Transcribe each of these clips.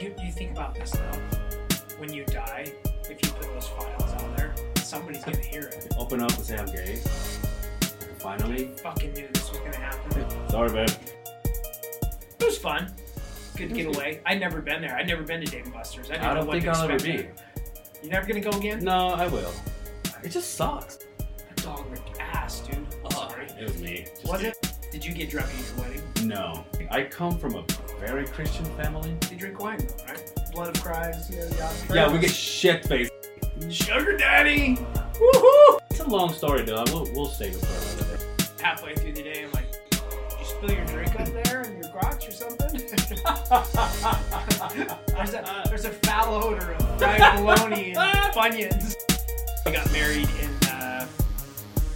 you, you think about this though. When you die, if you put those files out there, somebody's gonna hear it. Open up and say I'm gay. Finally. Fucking knew this was gonna happen. Sorry, man. It was fun. Good getaway. I'd never been there. I'd never been to Dave and Buster's. I, didn't know I don't what think to I'll ever expect. be. You're never gonna go again? No, I will. It just sucks. That dog ripped ass, dude. I'm sorry. It was me. Just Was it? Did you get drunk at your wedding? No. I come from a very Christian family. You drink wine though, right? Blood of Christ. Yeah, yeah. Yeah, we get shit faced. sugar daddy. Woohoo! It's a long story, though. We'll, we'll save it for another day. Halfway through the day, I'm like, did you spill your drink up there in your crotch or something? there's a there's a foul odor of fried bologna and bunions. We got married in uh,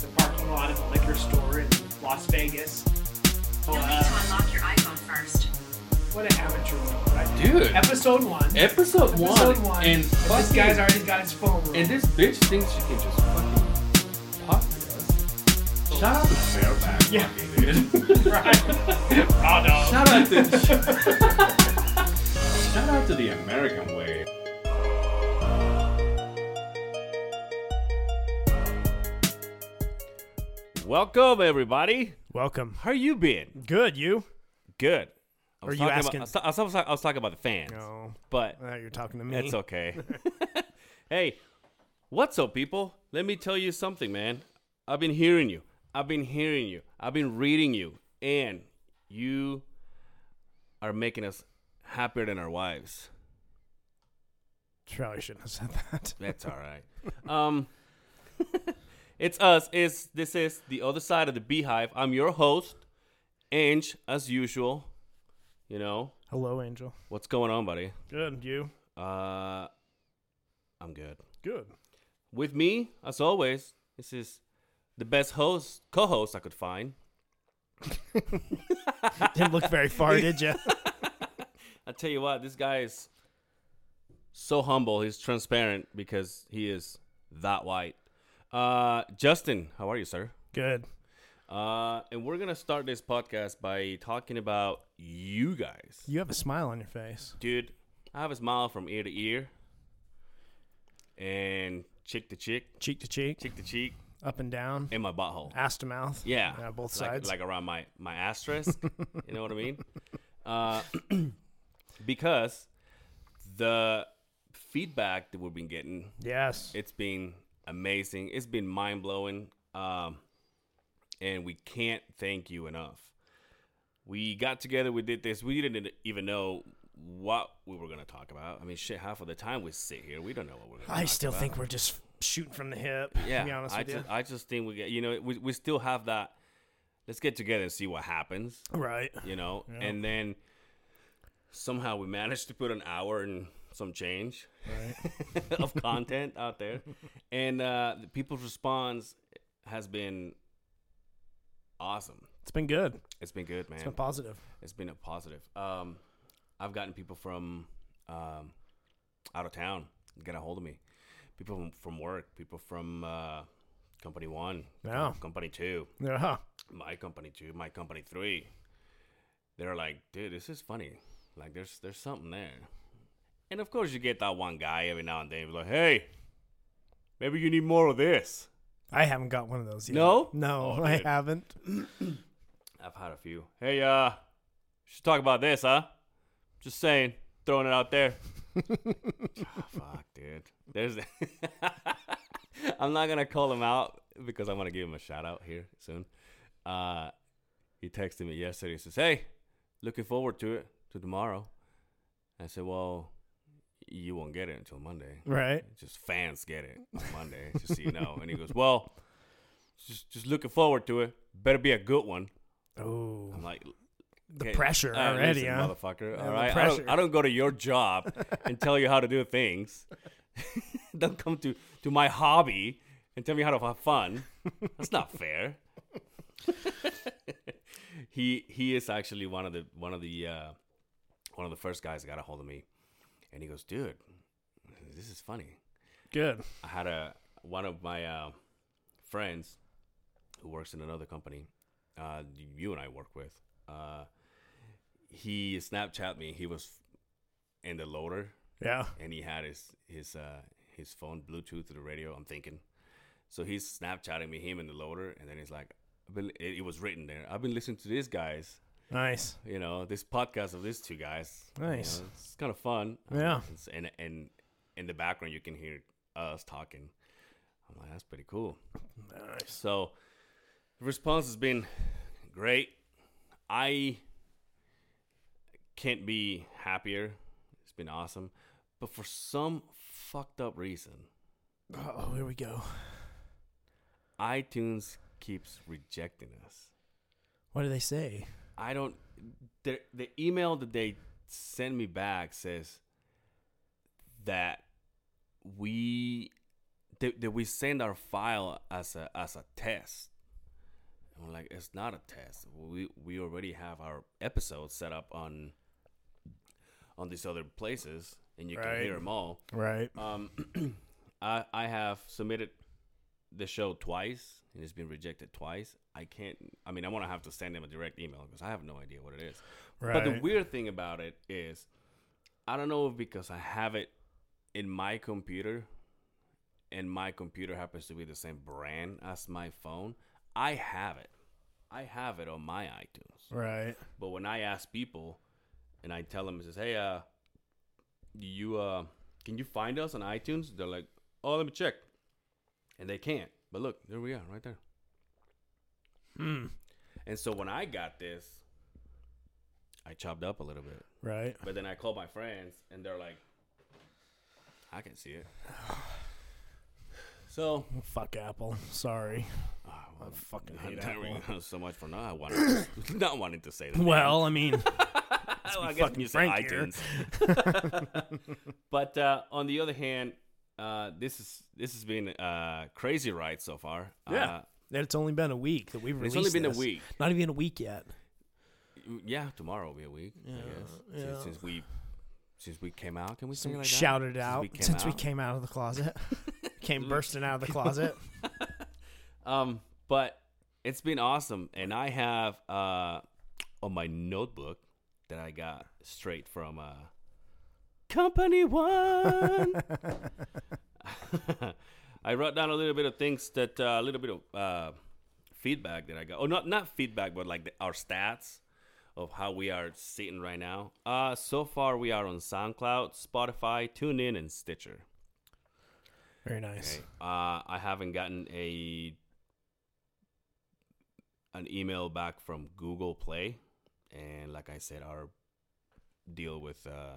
the parking lot of a liquor store in Las Vegas. You'll need to Uh, unlock your iPhone first. what an amateur moment, right? Dude, Episode one. episode, Episode one. and this fucking- guy's already got his phone. room. And this bitch thinks she can just fucking talk to us. Shout out to Fairbanks. Yeah. dude. right. Raw dog. Shout out to Shout out to the American way. Welcome everybody. Welcome. How you been? Good, you? Good. I Are you talking about- asking- I was ta- I, was, I, was, I was talking about the fans, No. but Now you're talking to me. That's okay. hey, what's up, people? Let me tell you something, man. I've been hearing you. I've been hearing you. I've been reading you, and you are making us happier than our wives. Probably shouldn't have said that. That's all right. um, it's us. It's this is the other side of the beehive. I'm your host, Ange, as usual. You know Hello, Angel. what's going on, buddy? Good, you? Uh, I'm good. Good. with me, as always, this is the best host, co-host I could find. Didn't look very far, did you? I tell you what, this guy is so humble. He's transparent because he is that white. Uh, Justin, how are you, sir? Good. Uh, and we're gonna start this podcast by talking about you guys, You have a smile on your face. dude. I have a smile from ear to ear, and cheek to cheek, Cheek to cheek, cheek to cheek, up and down, in my butthole. ass to mouth. Yeah, both like- sides. like around my my asterisk. you know what I mean? Uh, because the feedback that we've been getting, yes. it's been amazing. It's been mind blowing, um, and we can't thank you enough. We got together, we did this. We didn't even know what we were gonna talk about. I mean, shit, half of the time we sit here, we don't know what we're. gonna I talk still about. think we're just shooting from the hip, Yeah, to be honest I with just, uh, I just think we get, you know, we, we still have that. Let's get together and see what happens, you. Right. you know, and then somehow we managed to put an hour and some change of content out there, and uh, the people's response has been awesome. It's been good. It's been good, man. It's been positive. it's been a positive. Um, I've gotten people from um, out of town get a hold of me. People from, from work, people from uh, company one, Yeah. com- company two, Yeah. my company two, my company three. They're like, dude, this is funny. Like, there's there's something there. And of course, you get that one guy every now and then. who's Like, hey, maybe you need more of this. I haven't got one of those yet. No? No, Oh, I dude. haven't. I've had a few. Hey, uh, should talk about this, huh? Just saying, throwing it out there. Ah, Fuck, dude. There's. I'm not gonna call him out because I'm gonna give him a shout out here soon. Uh, he texted me yesterday. He says, "Hey, looking forward to it to tomorrow." I said, "Well, you won't get it until Monday. Right. Just fans get it on Monday, just so you know." And he goes, "Well, just just looking forward to it. Better be a good one." Oh. I'm like, The "Okay, pressure uh, already, listen, huh? motherfucker. Yeah, all the right, I don't, pressure. I don't go to your job and tell you how to do things. don't come to to my hobby and tell me how to have fun. That's not fair. he he is actually one of the one of the uh, one of the first guys that got a hold of me, and he goes, dude, this is funny. Good. I had a one of my uh, friends who works in another company. Uh, you and I work with. Uh, he Snapchat me. He was in the loader, Yeah. and he had his his uh his phone Bluetooth to the radio. I'm thinking, so he's Snapchatting me him in the loader, and then he's like, I've been, it, it was written there. I've been listening to these guys, Nice. you know, this podcast of these two guys. you Nice. know, it's kind of fun. Yeah. Um, it's- and and in the background you can hear us talking. I'm like, that's pretty cool. Nice. So the response has been great. I can't be happier. It's been awesome. But for some fucked up reason, Oh, here we go. iTunes keeps rejecting us. What do they say? I don't. The, the email that they send me back says that we that, that we send our file as a as a test. And we're like, it's not a test. We we already have our episodes set up on on these other places, and you can Right. hear them all. Right. Um, I I have submitted the show twice and it's been rejected twice. I can't. I mean, I'm gonna have to send them a direct email because I have no idea what it is. But the Right. weird thing about it is, I don't know if because I have it in my computer, and my computer happens to be the same brand as my phone. I have it. I have it on my iTunes. Right. But when I ask people and I tell them, it says, hey, uh, you, uh, can you find us on iTunes? They're like, oh, let me check. And they can't. But look, there we are right there. Hmm. And so when I got this, I chopped up a little bit. Right. But then I called my friends and they're like, I can see it. So, Oh, Fuck Apple. Sorry. Ah, I fucking hate there we Apple. go. so much for not wanting to, not wanting to say that. Well, I mean, Oh, I be guess fucking you said frank here. iTunes. but uh, on the other hand, uh, this is this has been a crazy ride so far. yeah. Uh, it's only been a week that we've it's released. only been a this. week. Not even a week yet. yeah, tomorrow will be a week. I guess yeah. Since, since we since we came out, can we sing it like Shouted that? out came since we out? came out of the closet. came bursting out of the closet. Um, but it's been awesome, and I have uh on my notebook that I got straight from uh Company One. I wrote down a little bit of things that uh, a little bit of uh, feedback that I got. Oh, not not feedback, but like the, our stats of how we are sitting right now. Uh, so far we are on SoundCloud, Spotify, TuneIn, and Stitcher. Very nice. Uh, I haven't gotten a an email back from Google Play, and like I said, our deal with uh,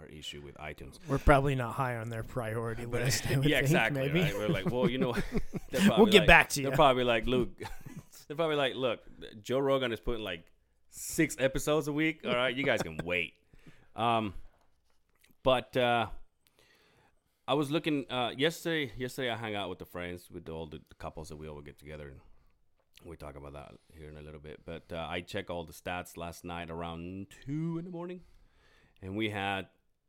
our issue with iTunes. We're probably not high on their priority list. I would yeah, think, exactly. Maybe. Right? We're like, well, you know, they're We'll probably get like- back to They're ya. probably like, look, they're probably like, look, Joe Rogan is putting like six episodes a week. All right, you guys can wait. Um, but uh, I was looking uh, yesterday. Yesterday, I hung out with the friends, with all the couples that we all get together, and we talk about that here in a little bit. But uh, I check all the stats last night around two in the morning, and we had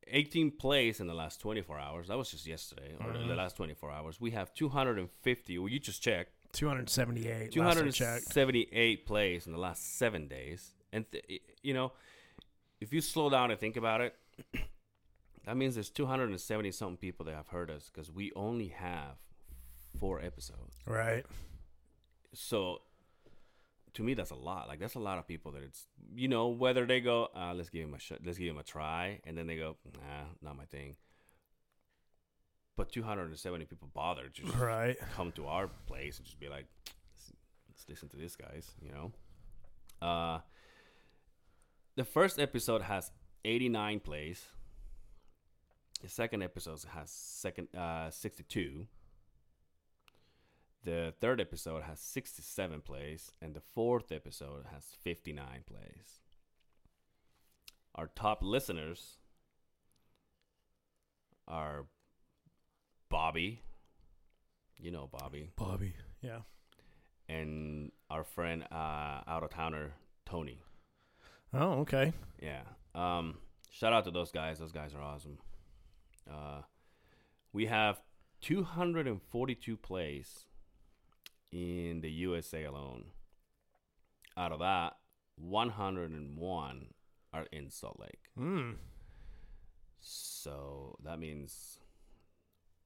18 plays in the last 24 hours. That was just yesterday, or Mm-hmm. the last 24 hours. We have 250. Well, you just checked. 278. last I checked. 278 plays in the last seven days. And, th- you know, if you slow down and think about it, that means there's 270 something people that have heard us because we only have four episodes. Right. So, to me, that's a lot. Like, that's a lot of people that it's, you know, whether they go, uh, let's give him a sh- let's give him a try, and then they go, nah, not my thing. But 270 people bothered to just Right. come to our place and just be like, let's, let's listen to this, guys. You know, uh, the first episode has 89 plays. The second episode has second uh, 62. The third episode has 67 plays, and the fourth episode has 59 plays. Our top listeners are Bobby. You know Bobby Bobby. Yeah. and our friend uh, out of towner Tony. Oh, okay. Yeah. Um, shout out to those guys. Those guys are awesome. Uh, we have 242 plays in the USA alone. Out of that, 101 are in Salt Lake. Mm. So that means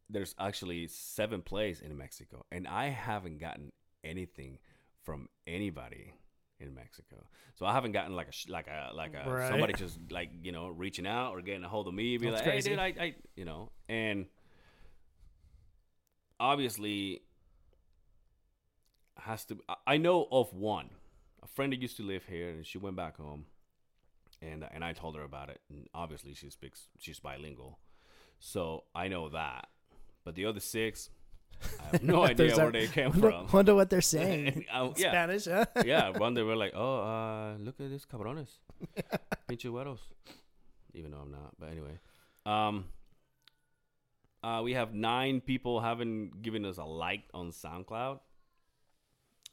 there's actually seven plays in Mexico, and I haven't gotten anything from anybody in Mexico. So I haven't gotten like a sh- like a like a Right. somebody just like you know reaching out or getting a hold of me, be That's like, crazy. hey dude, I, I you know, and obviously has to. I- I know of one, a friend that used to live here, and she went back home, and and I told her about it. And obviously, she speaks, she's bilingual, so I know that. But the other six, I have no idea There's a- where they came wonder, from. Wonder what they're saying. Oh, in yeah. Spanish, huh? yeah, one day we're like, oh, uh, look at these cabrones, pinche güeros. Even though I'm not, but anyway, um, uh, we have nine people haven't given us a like on SoundCloud.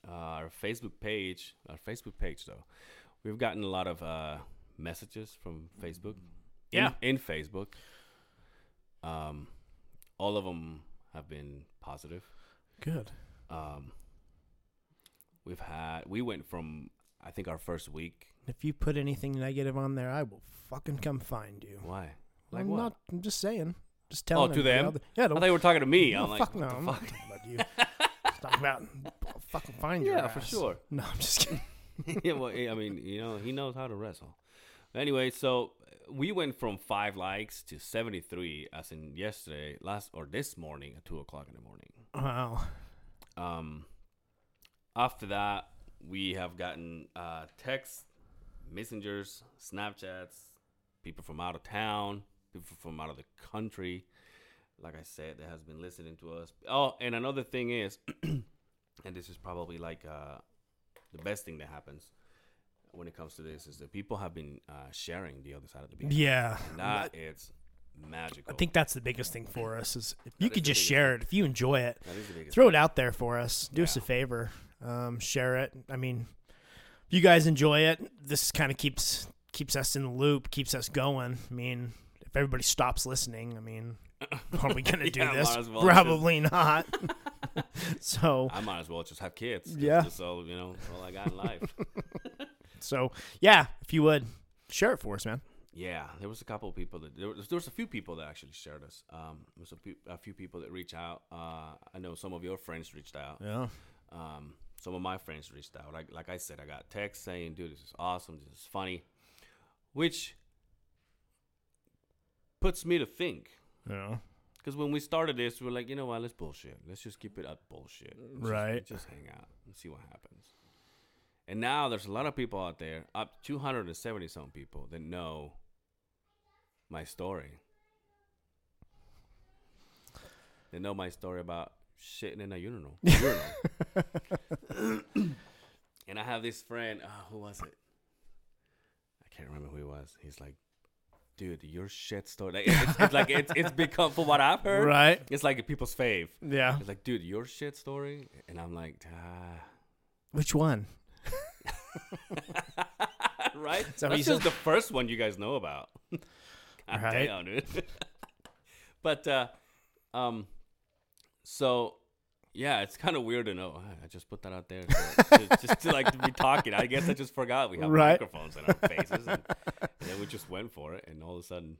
Uh, our Facebook page, our Facebook page though, we've gotten a lot of uh, messages from Facebook. In- Yeah. in, Facebook. Um, all of them have been positive Good. um, we've had we went from I think our first week. If you put anything negative on there, I will fucking come find you. Why? I'm what? Oh, not. I'm just saying. Just telling. to them, them? know, the- Yeah. I Don't, thought you were talking to me. no, I'm like, fuck no. what the I'm fuck? not talking about you. Just talking about I'll fucking find your Yeah, for ass. sure. No, I'm just kidding. yeah, well, I mean, you know, he knows how to wrestle. Anyway, so we went from five likes to seventy-three, as in yesterday, last or this morning at two o'clock in the morning. Wow. Um, after that, we have gotten uh, texts, messengers, Snapchats, people from out of town, people from out of the country. Like I said, that has been listening to us. Oh, and another thing is, and this is probably like uh, the best thing that happens when it comes to this is that people have been uh, sharing the other side of the beach. Yeah. That is magical. I think that's the biggest thing for us is if you is could the just biggest share it, if you enjoy it, that is the biggest. throw it out there for us. Do us a Yeah. favor, um, share it. I mean, if you guys enjoy it, this kind of keeps keeps us in the loop, keeps us going. I mean, if everybody stops listening, I mean, are we gonna do Yeah, this? might as well just- Probably not. so, I might as well just have kids. 'cause Yeah. That's all you know. All I got in life. so yeah, if you would share it for us, man. Yeah, there was a couple of people that there was, there was a few people that actually shared us. Um, there was a few, a few people that reached out. Uh, I know some of your friends reached out. Yeah. Um, some of my friends reached out. Like like I said, I got texts saying, "Dude, this is awesome. This is funny," which puts me to think. Yeah. Because when we started this, we were like, you know what? Let's bullshit. Let's just keep it up bullshit. Let's just- Right. Just, hang out and see what happens. And now there's a lot of people out there, up 270 some people that know my story. They know my story about shitting in a urinal. urinal. and I have this friend. Uh, who was it? I can't remember who he was. He's like, dude, your shit story. Like, it's, it's like it's, it's become from what I've heard. Right. It's like people's fave. Yeah. It's like, dude, your shit story, and I'm like, ah. Which one? right. So That's he's just a- the first one you guys know about. God Right. damn, dude. but uh, um, so yeah, it's kind of weird to know. Ah, I just put that out there so- just, just to like be talking. I guess I just forgot we have Right. microphones in our faces, and, and then we just went for it, and all of a sudden,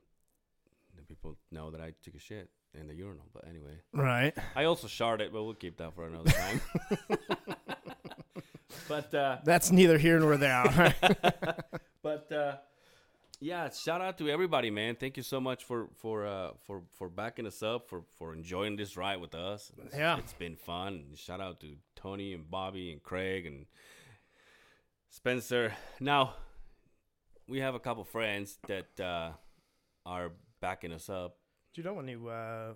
the people know that I took a shit in the urinal. But anyway. Right. I also shard it, but we'll keep that for another time. but uh, That's neither here nor there. but uh, yeah, shout out to everybody, man. Thank you so much for for uh, for for backing us up for for enjoying this ride with us. It's- Yeah. it's been fun. Shout out to Tony and Bobby and Craig and Spencer. Now we have a couple friends that uh, are backing us up. Dude, I want to uh,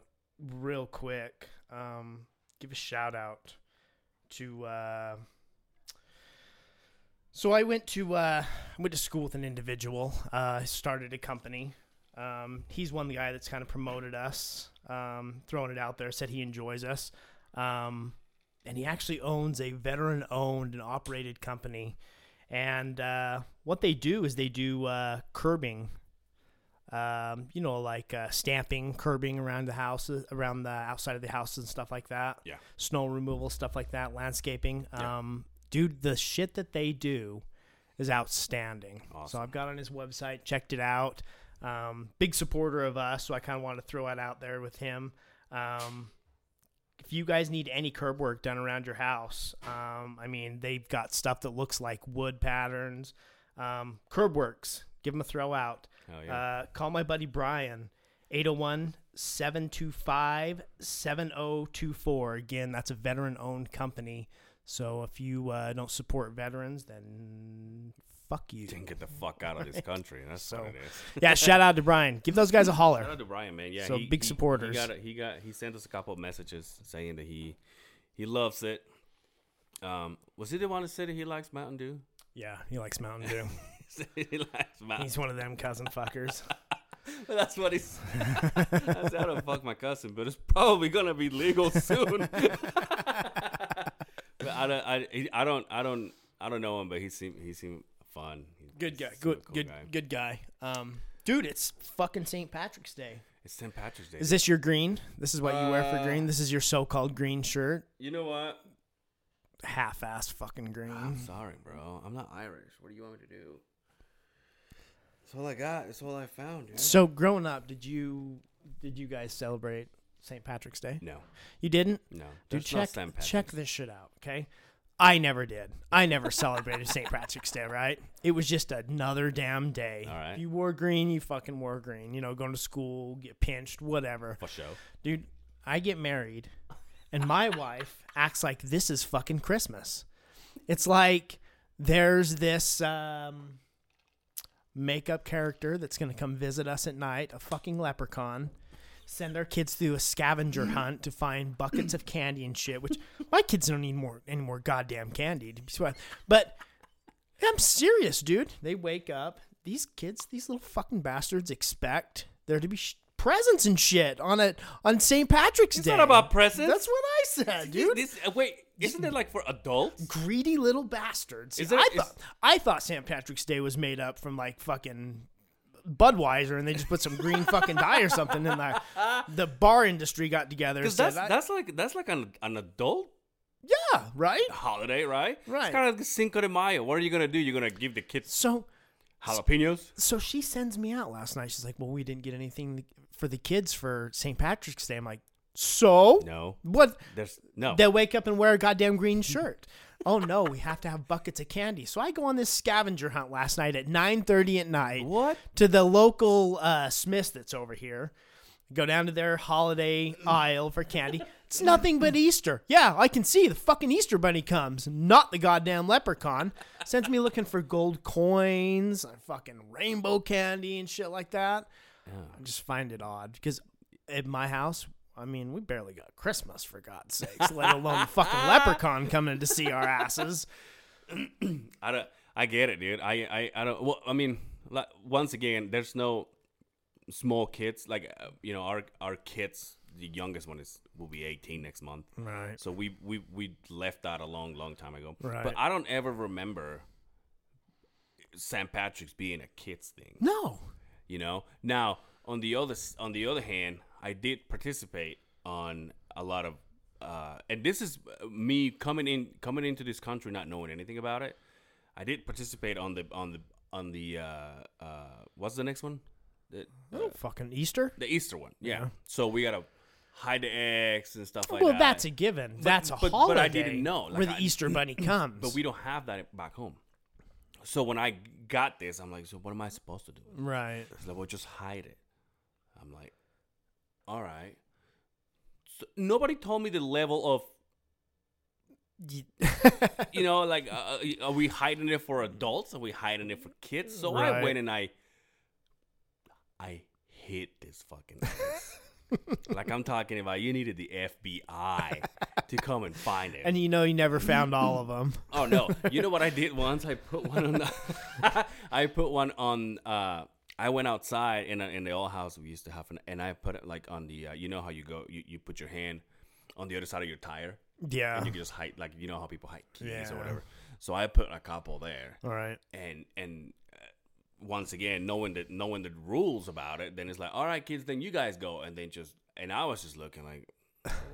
real quick um, give a shout out to. Uh, so I went to uh, I went to school with an individual. Uh, started a company. Um, he's one guy that's kind of promoted us, um, throwing it out there. Said he enjoys us, um, and he actually owns a veteran-owned and operated company. And uh, what they do is they do uh, curbing um, you know, like uh, stamping, curbing around the houses, around the outside of the houses and stuff like that. Yeah. Snow removal, stuff like that, landscaping. Um, dude, the shit that they do is outstanding. So I've got on his website, checked it out. Um, big supporter of us, so I kind of wanted to throw it out there with him. Um, if you guys need any curb work done around your house, um, I mean, they've got stuff that looks like wood patterns. Um, curb works, give them a throw out. Hell yeah. uh, call my buddy Brian, 801 725 7024. Again, that's a veteran owned company. So if you uh, don't support veterans, then fuck you. Then get the fuck out of this country. That's So- what it is. yeah, shout out to Brian. Give those guys a holler. Shout out to Brian, man. Yeah, So, he- big he- supporters. He got, a- he got he sent us a couple of messages saying that he he loves it. Um, was he the one that said that he likes Mountain Dew? Yeah, he likes Mountain Dew. he likes Mountain. He's one of them cousin fuckers. Dew. That's what he's. That's how to fuck my cousin, but it's probably gonna be legal soon. but I don't, I, he- I don't, I don't, I don't know him, but he seemed he seemed fun. He Good guy. seemed a Good cool good guy. good guy. Um, dude, it's fucking St. Patrick's Day. It's St. Patrick's Day. Is this your green? This is what you wear for Uh, green. This is your so-called green shirt. you know what? Half-ass fucking I'm green. sorry, bro. I'm not Irish. What do you want me to do? That's all I got. That's all I found, dude. So growing up, did you did you guys celebrate St. Patrick's Day? No, You didn't? no. Dude, That's check not St. Patrick's. check this shit out, okay? I never did. I never celebrated St. Patrick's Day, right? It was just another damn day. All right. If you wore green, you fucking wore green. You know, going to school, get pinched, whatever. for show. Dude, I get married and my wife acts like this is fucking Christmas. It's like there's this um, makeup character that's going to come visit us at night, a fucking leprechaun, send our kids through a scavenger hunt to find buckets of candy and shit, which my kids don't need more any more goddamn candy. To be swear. But I'm serious, dude. They wake up. These kids, these little fucking bastards, expect there to be sh- presents and shit on it on St. Patrick's Day. not about presents. That's what I said, dude. This, uh, wait, isn't it like for adults? Greedy little bastards. Is I there- thought is- I thought St. Patrick's Day was made up from like fucking Budweiser, and they just put some green fucking dye or something in there. The bar industry got together. and Because said, that's I- that's like that's like an an adult yeah, right. holiday, right? Right. It's kind of like Cinco de Mayo. What are you gonna do? You're gonna give the kids So jalapenos? so she sends me out last night. She's like, "Well, we didn't get anything for the kids for St. Patrick's Day." I'm like, "So No, what? there's no. They wake up and wear a goddamn green shirt." oh no, we have to have buckets of candy. So I go on this scavenger hunt last night at 9:30 at night. what? to the local uh, Smith's that's over here. Go down to their holiday aisle for candy. It's nothing but Easter. Yeah, I can see the fucking Easter bunny comes, not the goddamn leprechaun. Sends me looking for gold coins, and fucking rainbow candy and shit like that. I just find it odd because at my house, I mean, we barely got Christmas for God's sakes, let alone the fucking leprechaun coming to see our asses. I don't. I get it, dude. I I, I don't. Well, I mean, like, once again, there's no small kids. Like uh, you know, our our kids. The youngest one is will be 18 next month. Right. So we we we left that a long long time ago. Right. But I don't ever remember St. Patrick's being a kids thing. No. You know. Now on the other s- on the other hand, I did participate on a lot of. Uh, and this is uh, me coming in coming into this country not knowing anything about it. I did participate on the on the on the uh, uh, what's the next one? The, Oh, fucking Easter? the Easter one. Yeah. So we gotta hide the eggs and stuff like Well, that. that's a given. that's a uh, but- holiday. but I didn't know, like, where the I- Easter Bunny comes. But we don't have that back home. So when I got this, I'm like, so what am I supposed to do? right. It's like, well, just hide it. I'm like, all right. So nobody told me the level of, you know, like, uh, uh, are we hiding it for adults? Are we hiding it for kids? So I Right. went and I, I hit this fucking. place. like I'm talking about, you needed the FBI to come and find it. and you know you never found all of them. Oh no! You know what I did once? I put one on. The, I put one on. Uh, I went outside in a, in the old house we used to have, an, and I put it like on the. Uh, you know how you go? You, you put your hand on the other side of your tire. Yeah. And you can just hide, like you know how people hide keys Yeah. or whatever. So I put a couple there, All right. and and uh, once again, knowing that knowing the rules about it, then it's like, all right, kids, then you guys go, and then just and I was just looking like,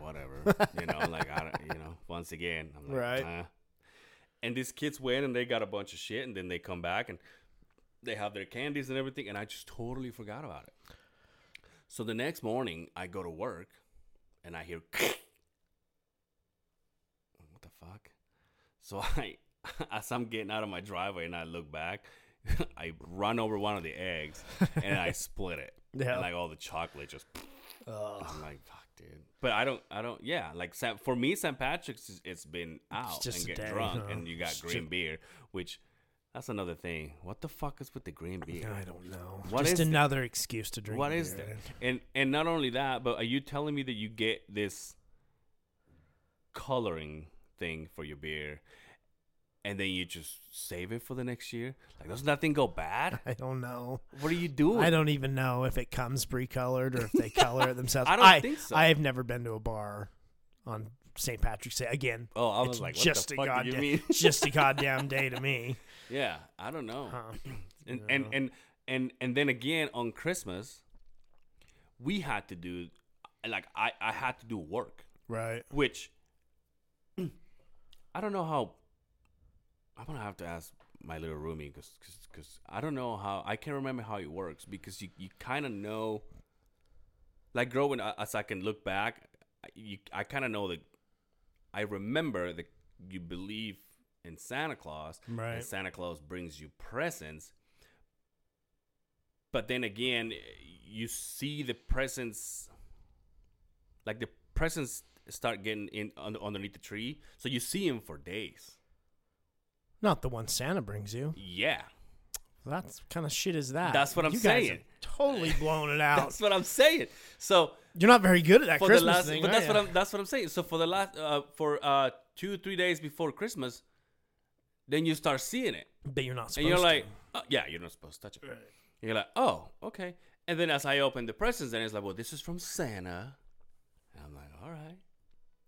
whatever, you know, like I don't, you know, once again, I'm like, Right. "Uh." And these kids win, and they got a bunch of shit, and then they come back, and they have their candies and everything, and I just totally forgot about it. So the next morning, I go to work, and I hear, what the fuck? So I, as I'm getting out of my driveway and I look back, I run over one of the eggs and I split it. Yeah. And like all the chocolate just. I'm like, fuck, dude. But I don't, I don't, yeah. Like, San, for me, St. Patrick's, is, it's been out just and a get day, drunk, huh? and you got It's green ju- beer, which that's another thing. What the fuck is with the green beer? I don't know. What Just is it? another excuse to drink. What is beer. there? And and not only that, but are you telling me that you get this coloring thing for your beer, and then you just save it for the next year? Like, does nothing go bad? I don't know. What are you doing? I don't even know if it comes pre-colored or if they color it themselves. I don't think so. I have never been to a bar on St. Patrick's Day again. Oh, I was it's like, what the just a fuck do you goddamn, mean? just a goddamn day to me. Um, Yeah, I don't know. Huh. and, and and and and then again on Christmas, we had to do like I I had to do work. Right. which I don't know how. I'm gonna have to ask my little roomie because because I don't know how I can't remember how it works because you you kind of know. Like growing a- as I can look back, I- you, I kind of know that I remember that you believe in Santa Claus Right. and Santa Claus brings you presents. But then again, you see the presents like the presents start getting in un- underneath the tree so you see him for days Not the one Santa brings you. yeah That's what kind of shit is that. That's what I'm you guys saying. Are totally blown it out. that's what i'm saying so You're not very good at that for Christmas the last thing. oh, but are that's what ya? i'm that's what i'm saying so for the last uh, for uh two three days before christmas then you start seeing it But you're not. Supposed and you're like to. oh, yeah you're not supposed to touch it And you're like oh okay and then as i open the presents and it's like well this is from santa and i'm like all right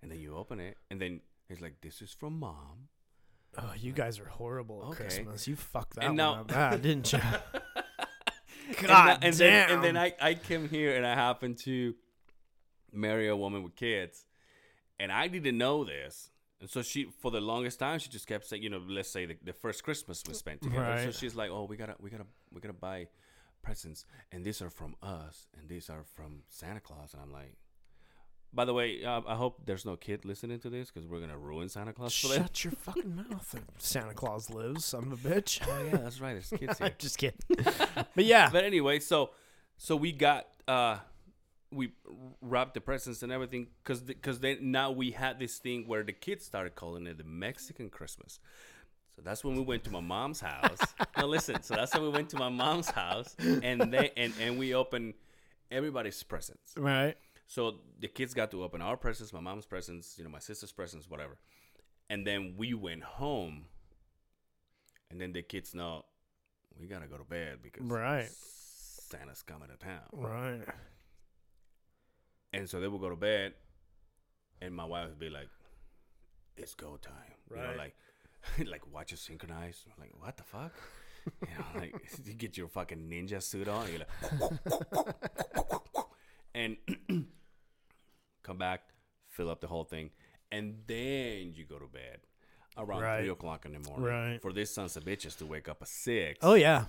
and then you open it and then it's like this is from mom oh, you guys are horrible at Okay. Christmas. You fucked that And one now- up bad, didn't you? And God tha- and damn. Then, and then I, I came here and I happened to marry a woman with kids, and I didn't know this. And so she, for the longest time, she just kept saying, you know, let's say the, the first Christmas we spent together. So Right. she's like, oh, we gotta, we gotta, we gotta buy presents, and these are from us, and these are from Santa Claus. And I'm like, by the way, uh, I hope there's no kid listening to this because we're gonna ruin Santa Claus for them. Shut your fucking mouth. Santa Claus lives, son of a bitch. Oh, yeah, that's right. There's kids here. I'm just kidding. But yeah, but anyway, so so we got uh we wrapped the presents and everything because because then now we had this thing where the kids started calling it the Mexican Christmas. So that's when we went to my mom's house. now listen, so that's when we went to my mom's house and they and and we opened everybody's presents. right. So the kids got to open our presents, my mom's presents, you know, my sister's presents, whatever. And then we went home. And then the kids know we gotta go to bed because Right. Santa's coming to town. Right. And so they would go to bed, and my wife would be like, "It's go time." You Right. know, like like watch it synchronize. I'm like what the fuck? you know, like you get your fucking ninja suit on. You're like, and come back, fill up the whole thing, and then you go to bed around Right. three o'clock in the morning Right. for these sons of bitches to wake up at six Oh yeah.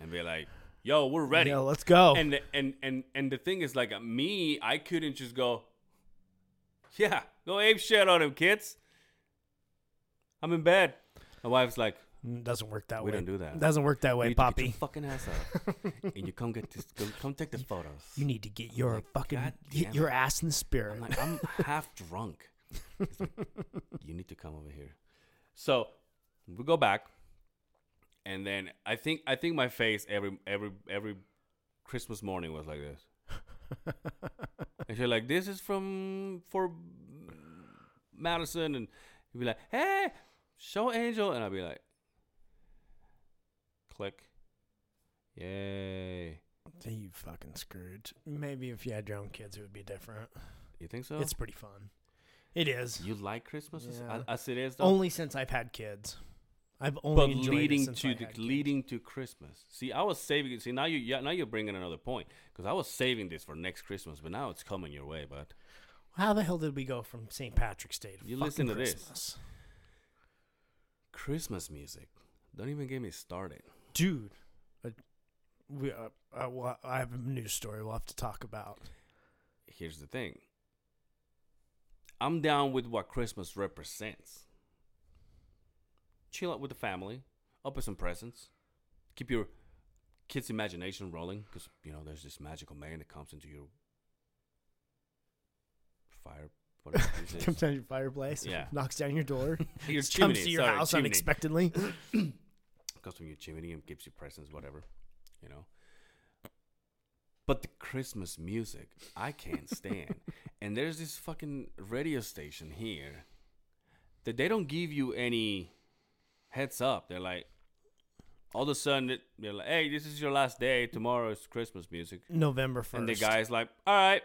and be like, "Yo, we're ready." Yeah, let's go. and the, and and and the thing is like me i couldn't just go yeah go ape shit on him kids i'm in bed my wife's like Mm, Doesn't work that We way. don't do that. Doesn't work that "You way, need to get your Poppy. fucking ass up and you come get this go, come take the photos You need to get your fucking "God get damn your it." ass in the i'm spirit. like i'm half drunk It's like, you need to come over here so we go back and then i think i think my face every every every christmas morning was like this And she's like, "This is from for Madison," and he'd be like, "Hey, show Angel," and I'd be like, "Click, yay!" you fucking Scrooge. Maybe if you had your own kids, it would be different. You think so? It's pretty fun. It is. Oh. you like Christmas as- Yeah. as, as it is, though? Only since I've had kids. I've only but enjoyed it leading since to I the, had kids. leading to Christmas. See, I was saving it. See, now you yeah, now you're bringing another point because I was saving this for next Christmas, but now it's coming your way, bud. How the hell did we go from St. Patrick's Day to You fucking listen to this. Christmas? Christmas music. Don't even get me started. dude? uh, we, uh, uh, well, I have a news story we'll have to talk about. Here's the thing. I'm down with what Christmas represents. Chill out with the family, open some presents, keep your kids' imagination rolling, because you know there's this magical man that comes into your fire. Whatever this is. Comes down your fireplace, Yeah. knocks down your door, Your comes chimney, to your sorry, house chimney. unexpectedly. comes from your chimney and gives you presents, whatever, you know. But the Christmas music, I can't stand. and there's this fucking radio station here that they don't give you any heads up. They're like, all of a sudden, it- they're like, hey, this is your last day. Tomorrow is Christmas music. November first. And the guy's like, all right.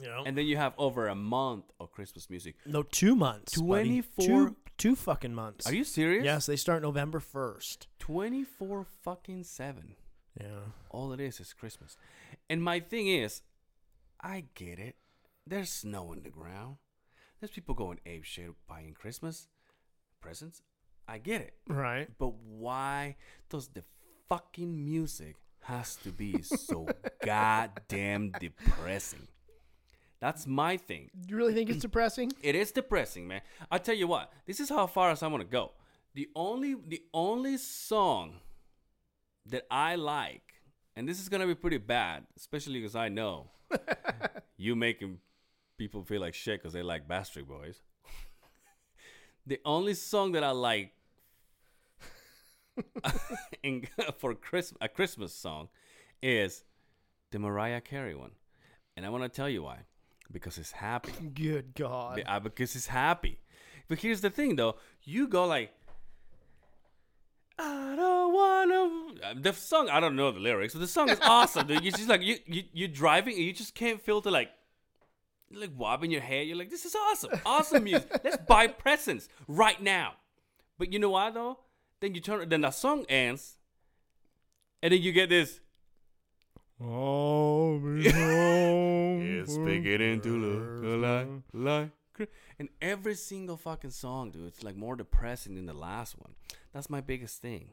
you know, And then you have over a month of Christmas music. no, two months, buddy. 24 two, two fucking months. Are you serious? Yes, they start November first. 24 fucking 7. Yeah, All it is is Christmas. And my thing is, I get it. There's snow on the ground. There's people going ape shit buying Christmas presents. I get it. right. But why does the fucking music has to be so goddamn depressing? That's my thing. You really think it's depressing? It is depressing, man. I tell you what, this is how far as I'm gonna go. The only the only song that I like, and this is gonna be pretty bad, especially because I know you making people feel like shit because they like Bastard Boys. the only song that I like in, for Christmas, a Christmas song, is the Mariah Carey one, and I want to tell you why, because it's happy. Good God. The abacus is happy. But here's the thing, though. You go like, I don't wanna. uh, The song, I don't know the lyrics, but the song is awesome. dude. You're just like you, you, you're driving, and you just can't filter like, like wobbling your head. You're like, this is awesome, awesome music. Let's buy presents right now. But you know why though? Then you turn, then the song ends, and then you get this. Oh, yes, It's beginning to look like, like Chri- and every single fucking song, dude, it's like more depressing than the last one. That's my biggest thing.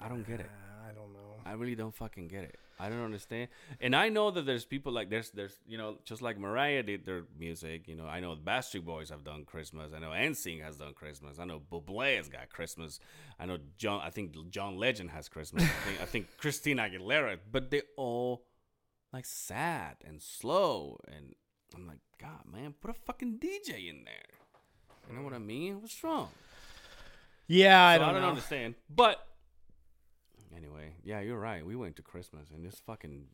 I don't get it. I don't know. I really don't fucking get it. I don't understand. And I know that there's people like there's there's you know just like Mariah did their music. You know I know the Backstreet Boys have done Christmas. I know NSYNC has done Christmas. I know Bublé has got Christmas. I know John. I think John Legend has Christmas. I think I think Christina Aguilera. But they all like sad and slow and I'm like God man, put a fucking DJ in there. You know what I mean? What's wrong? Yeah, I So don't, know. understand. But anyway, yeah, you're right. We went to Christmas and it's fucking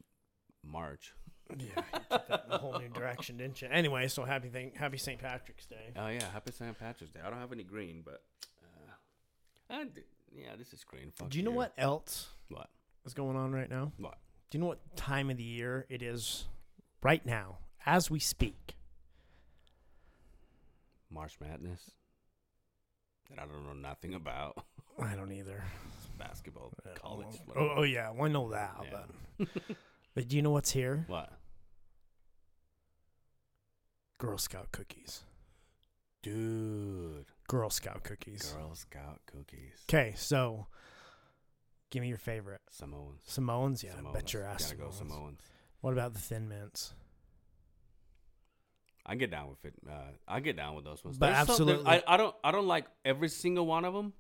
March. Yeah, you took that in a whole new direction, didn't you? Anyway, so happy thing, happy St. Patrick's Day. Oh yeah, happy St. Patrick's Day. I don't have any green, but uh, I d- yeah, this is green. Fuck Do you know you. what else What? is going on right now? What? Do you know what time of the year it is right now, as we speak? March Madness. That I don't know nothing about. I don't either. Basketball, college. Oh, whatever. oh yeah, well, I know that, Yeah. but but do you know what's here? What? Girl Scout cookies. Dude, Girl Scout cookies. Girl Scout cookies. Okay, so give me your favorite. Samoans. Samoans, yeah, I Samoans. bet your ass. Gotta Samoans. go Samoans. What about the Thin Mints? I get down with it. Uh, I get down with those ones. But There's some- there- absolutely- I, I don't. I don't like every single one of them.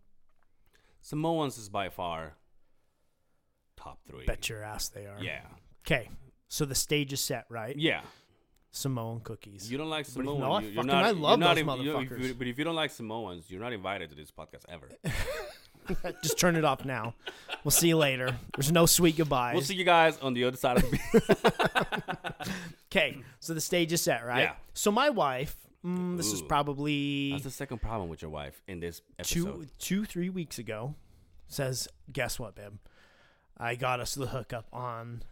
Samoans is by far top three. Bet your ass they are. Yeah, Okay, so the stage is set, right? yeah. Samoan cookies. You don't like if Samoans. not, you, you're fucking not, e-, I you're love not those in- you- if motherfuckers. you- but if you don't like Samoans, you're not invited to this podcast ever. Just turn it off now. We'll see you later. There's no sweet goodbyes. we'll see you guys on the other side of the. Okay, so the stage is set, right? Yeah. So my wife, mm, this is Ooh. probably That's the second problem with your wife in this two, episode. two, three weeks ago, says, "Guess what, babe? I got us the hookup on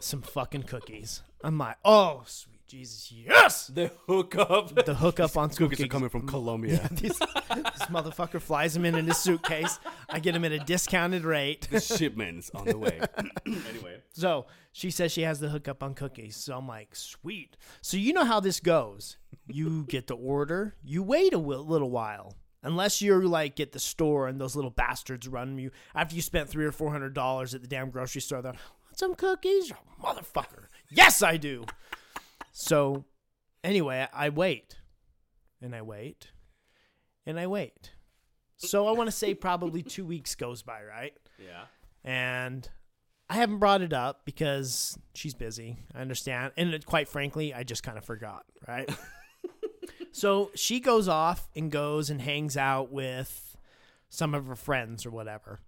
some fucking cookies." I'm like, "Oh, sweet Jesus, yes!" The hookup. The hookup on some Cookies are coming from Colombia. this, this motherfucker flies them in in his suitcase. I get them at a discounted rate. the shipments on the way. anyway, So she says she has the hookup on cookies. So I'm like, sweet. So you know how this goes. You get the order, you wait a wi- little while, Unless you're like at the store and those little bastards run you after you spent three or four hundred dollars at the damn grocery store. They're want some cookies, you motherfucker. Yes, I do. So, anyway, I wait, and I wait, and I wait. So I want to say probably two weeks goes by, right? Yeah. and I haven't brought it up because she's busy. I understand, and it- quite frankly, I just kind of forgot, right? so she goes off and goes and hangs out with some of her friends or whatever,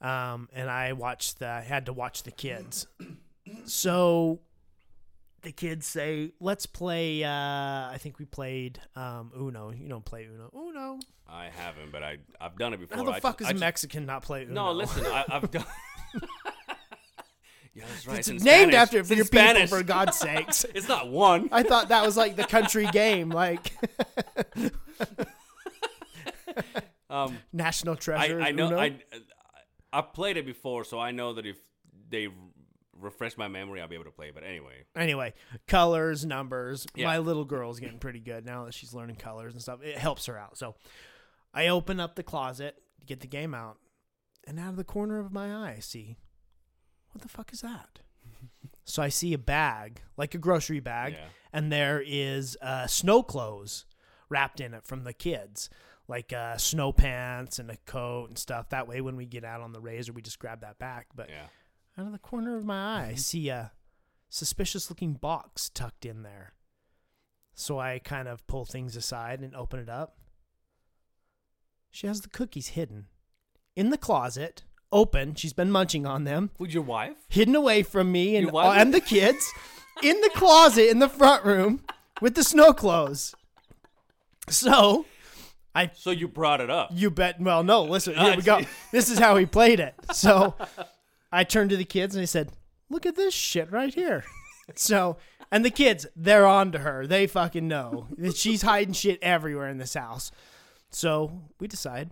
um, and I watched the I had to watch the kids. So the kids say, "Let's play." Uh, I think we played um, Uno. You don't play Uno. Uno. I haven't, but I I've done it before. How the I fuck ju- is I a ju- Mexican not play Uno? No, listen, I, I've done. yeah, that's right. It's, in named Spanish. after it It's for in your people, Spanish. for God's sakes. It's not one. I thought that was like the country game, like Um, national I, treasure. I know. Uno. I I played it before, so I know that if they r- refresh my memory, I'll be able to play. But anyway, anyway, colors, numbers. Yeah. My little girl's getting pretty good now that she's learning colors and stuff. It helps her out. So I open up the closet to get the game out, and out of the corner of my eye, I see what the fuck is that? so I see a bag, like a grocery bag, Yeah. and there is uh, snow clothes wrapped in it from the kids. Like uh, snow pants and a coat and stuff. That way, when we get out on the razor, we just grab that back. But yeah. out of the corner of my Mm-hmm. eye, I see a suspicious looking box tucked in there. So I kind of pull things aside and open it up. She has the cookies hidden in the closet, open. She's been munching on them, Would your wife? hidden away from me and, You what? and the kids, in the closet in the front room with the snow clothes. So So you brought it up. you bet. Well, no, listen, here we go. I see. This is how he played it. So I turned to the kids and I said, Look at this shit right here. So, and the kids, they're on to her. They fucking know that she's hiding shit everywhere in this house. So we decide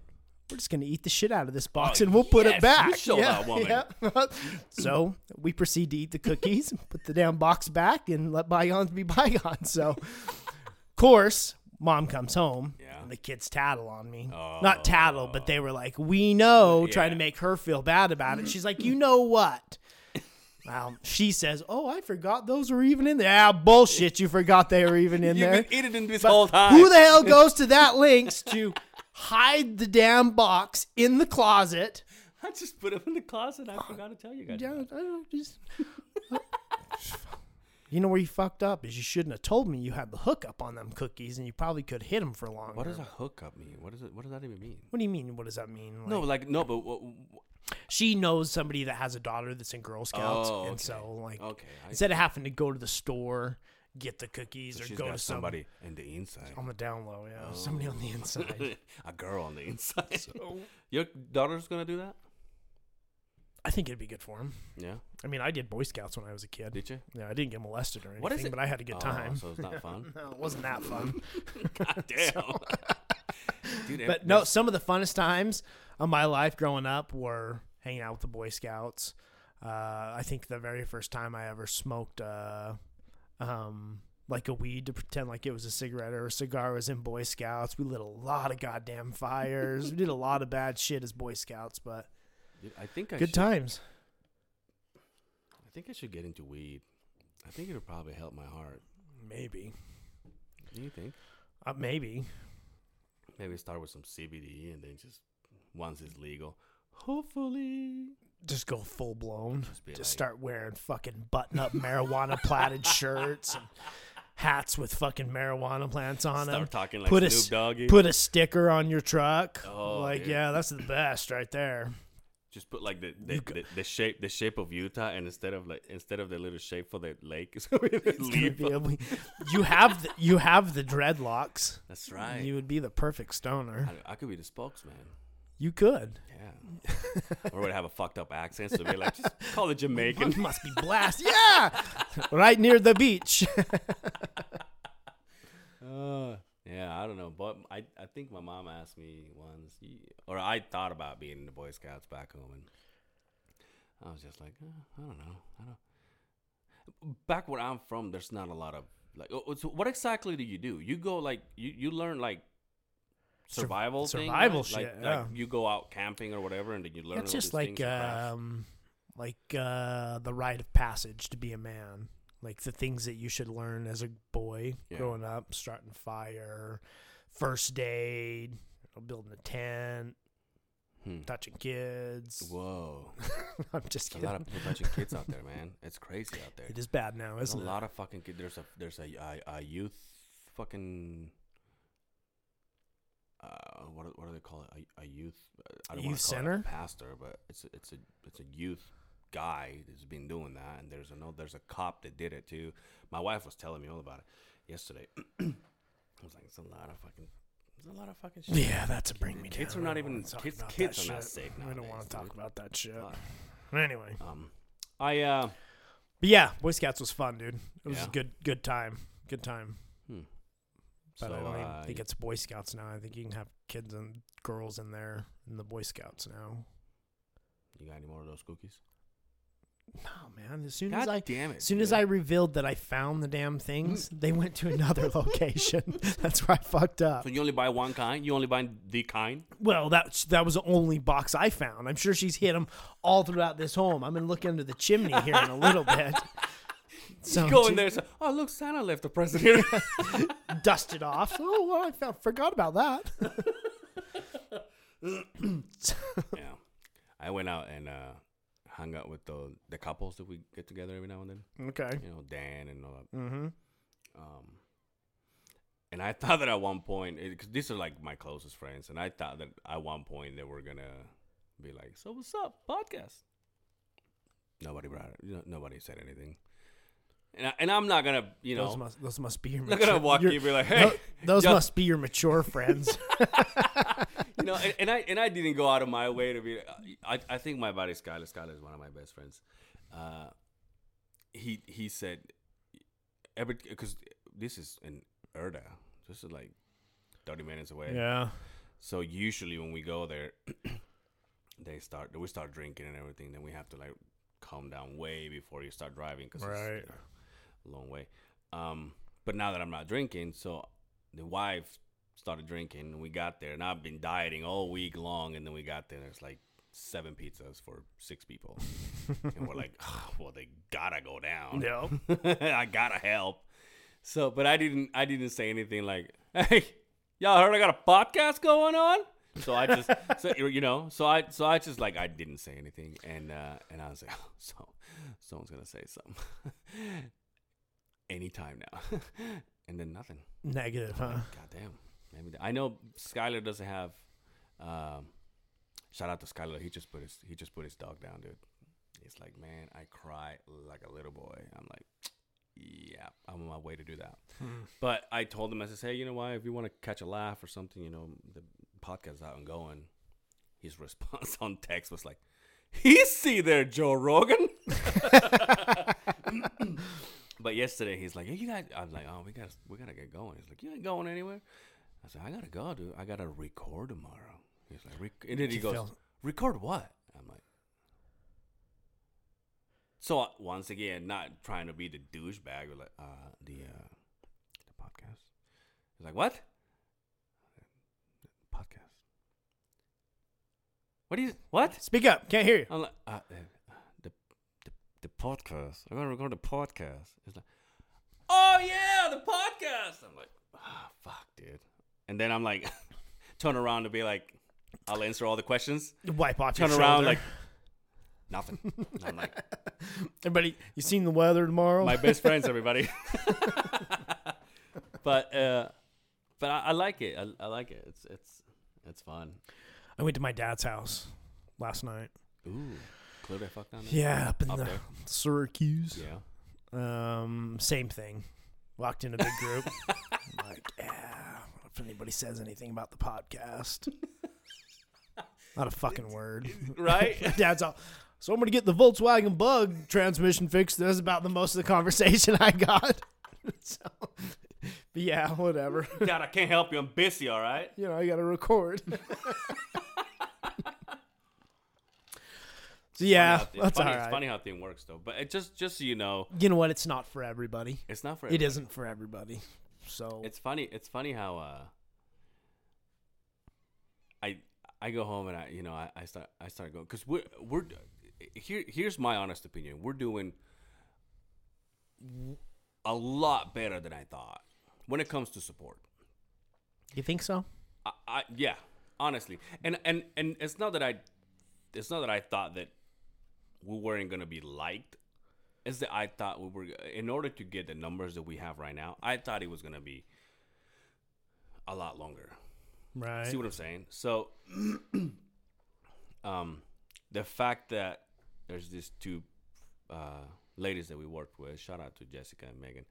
we're just going to eat the shit out of this box Oh, and we'll put yes, it back. you show that woman. yeah. so we proceed to eat the cookies, put the damn box back, and let bygones be bygones. So course, mom comes home. Yeah. And the kids tattle on me. Oh. Not tattle, but they were like, we know, trying to Yeah. make her feel bad about it. She's like, you know what? Well, she says, oh, I forgot those were even in there. Ah, bullshit, you forgot they were even in You've there. been eating it this whole time. Who the hell goes to that lengths to hide the damn box in the closet? I just put it in the closet. I forgot to tell you guys. Yeah, I don't know, just- you know where you fucked up is you shouldn't have told me you had the hookup on them cookies and you probably could hit them for longer. What does a hookup mean? What does it? What does that even mean? What do you mean? What does that mean? Like, No, like no, but what, she knows somebody that has a daughter that's in Girl Scouts, Oh, okay. and so like okay. I, instead of having to go to the store, get the cookies, or she's go got to some- somebody Oh. in the inside. on the down low, yeah, somebody on the inside. a girl on the inside. Your daughter's gonna do that? I think it'd be good for him. Yeah. I mean, I did Boy Scouts when I was a kid. Did you? Yeah, I didn't get molested or anything, What is it? but I had a good Oh, time. So it's not fun. No, it wasn't that fun. God damn. Dude, ev- but no, some of the funnest times of my life growing up were hanging out with the Boy Scouts. Uh, I think the very first time I ever smoked, uh, um, like a weed to pretend like it was a cigarette or a cigar was in Boy Scouts. We lit a lot of goddamn fires. we did a lot of bad shit as Boy Scouts, but dude, I think I good should, times. I think I should get into weed. I think it would probably help my heart. Maybe, Do you think? uh, maybe. Maybe start with some CBD and then just once it's legal, hopefully. Just go full blown. Just, be like- start wearing fucking button up marijuana plaited shirts and hats with fucking marijuana plants on them. Start talking like put a Snoop s- Doggy. put a sticker on your truck. Oh, like dude. yeah, that's the best right there. just put like the the, the the shape the shape of Utah, and instead of like instead of the little shape for the lake, it's gonna be the It's gonna leaf. be ugly. you have the, you have the dreadlocks. That's right. You would be the perfect stoner. I, I could be the spokesman. You could. Yeah. or would have a fucked up accent, so be like, just call it Jamaican. You must be blast. yeah, right near the beach. Uh, yeah, I don't know, but I, I think my mom asked me once, "Y- or I thought about being in the Boy Scouts back home, and I was just like, "Uh, I don't know, I don't. Back where I'm from, there's not a lot of like. oh, So what exactly do you do? You go like you you learn like survival thing, survival right? Like, shit, like yeah. you go out camping or whatever, and then you learn. That's all just these things like and crafts. um, like uh, the rite of passage to be a man. Like the things that you should learn as a boy Yeah. growing up, starting fire, first aid, you know, building a tent, Hmm. touching kids. Whoa, I'm just There's kidding. a lot of people touching kids out there, man. It's crazy out there. it is bad now, There's a isn't it? lot of fucking kid. There's a there's a a, a youth fucking. Uh, what do- what do they call it? A, a youth. I don't wanna Youth call it a center? pastor, but it's a, it's a it's a youth guy that's been doing that, and there's a no there's a cop that did it too. My wife was telling me all about it yesterday. I was like, it's a lot of fucking. It's a lot of fucking shit. Yeah, that's a bring me Kids down. are I not don't even- wanna talk kids- about kids that are not shit. safe I don't nowadays, want to talk dude. about that shit. Fuck. Anyway, Um, I uh, but yeah, Boy Scouts was fun, dude. It was Yeah. a good, good time. Good time. hmm. But I don't even uh, think you- it's Boy Scouts now. I think you can have kids and girls in there in the Boy Scouts now. you got any more of those cookies? No, man. As soon as God I, damn it! Mm. as soon as dude. I revealed that I found the damn things, they went to another location. That's where I fucked up. So you only buy one kind? You only buy the kind? Well, that that was the only box I found. I'm sure she's hit them all throughout this home. I'm gonna look under the chimney here in a little bit. So Go in there and say, oh, look, Santa left a present here. dust it off. Oh, well, I found, forgot about that. yeah. I went out and uh, hung out with the, the couples that we get together every now and then. Okay. You know, Dan and all that. Mm-hmm. Um, and I thought that at one point, because these are like my closest friends, and I thought that at one point they were going to be like, so what's up, podcast? Nobody brought it. You know, nobody said anything. And, I, and I'm not going to, you know. Those must those must be your. Look at him walk your- you and be like, tho- "Hey, those yo." must be your mature friends. you know, and, and I and I didn't go out of my way to be. I I think my buddy Skylar Skylar is one of my best friends. Uh, he he said, every because this is in Erda, this is like thirty minutes away. yeah. So usually when we go there, they start we start drinking and everything. Then we have to like calm down way before you start driving because Right. it's you know, a long way. Um, but now that I'm not drinking, so the wife started drinking and we got there and I've been dieting all week long and then we got there and it's like seven pizzas for six people and we're like, "Ah, well they gotta go down. No. I gotta help. So, but I didn't. I didn't say anything like, "Hey, y'all heard I got a podcast going on." So I just, so you know, so I, so I just like I didn't say anything, and uh, and I was like, oh, so someone's gonna say something anytime now, and then nothing. Negative, huh? God damn. Maybe th- I know Skylar doesn't have. Um, shout out to Skylar. He just put his he just put his dog down, dude. He's like, man, I cry like a little boy. I'm like, yeah, I'm on my way to do that. But I told him, I said, hey, you know why? If you want to catch a laugh or something, you know, the podcast's out and going. His response on text was like, he see there, Joe Rogan. But yesterday he's like, "Hey, "You guys," I'm like, "Oh, we got to we gotta get going." He's like, "You ain't going anywhere." I said, "I gotta go, dude. I gotta record tomorrow." He's like, Rec-, and then he You goes, feel- "Record what?" I'm like, so uh, once again, not trying to be the douchebag, but like, uh, the uh, the podcast. He's like, "What?" Podcast. What do you what? Speak up. Can't hear you. I'm like, uh, uh, the, the the podcast. I'm gonna record the podcast. It's like, oh yeah, the podcast. I'm like, ah, fuck, dude. And then I'm like, turn around to be like, I'll answer all the questions. Wipe off. Turn your around shoulder. like, nothing. And I'm like, everybody. You seen the weather tomorrow? my best friends, everybody. but uh, but I, I like it. I, I like it. It's it's it's fun. I went to my dad's house last night. Ooh, Clue that fuck down there. Yeah, up in Up the there. Syracuse. Yeah. Um, same thing. Walked in a big group. I'm like, yeah. What if anybody says anything about the podcast? Not a fucking word. Right. Dad's all. So I'm gonna get the Volkswagen Bug transmission fixed. That's about the most of the conversation I got. so, but yeah, whatever. Dad, I can't help you. I'm busy. All right. you know, I got to record. so yeah, funny how- that's funny, all It's right. funny how thing works though. But it just just so you know, You know what? It's not for everybody. it's not for It everybody. isn't for everybody. So It's funny. It's funny how uh I go home and I, you know, I, I start, I start going because we're, we're here. Here's my honest opinion: we're doing a lot better than I thought when it comes to support. You think so? I, I yeah, honestly, and and and it's not that I, it's not that I thought that we weren't gonna be liked. It's that I thought we were in order to get the numbers that we have right now. I thought it was gonna be a lot longer. Right. See what I'm saying? So, um, the fact that there's these two uh, ladies that we worked with, shout out to Jessica and Megan,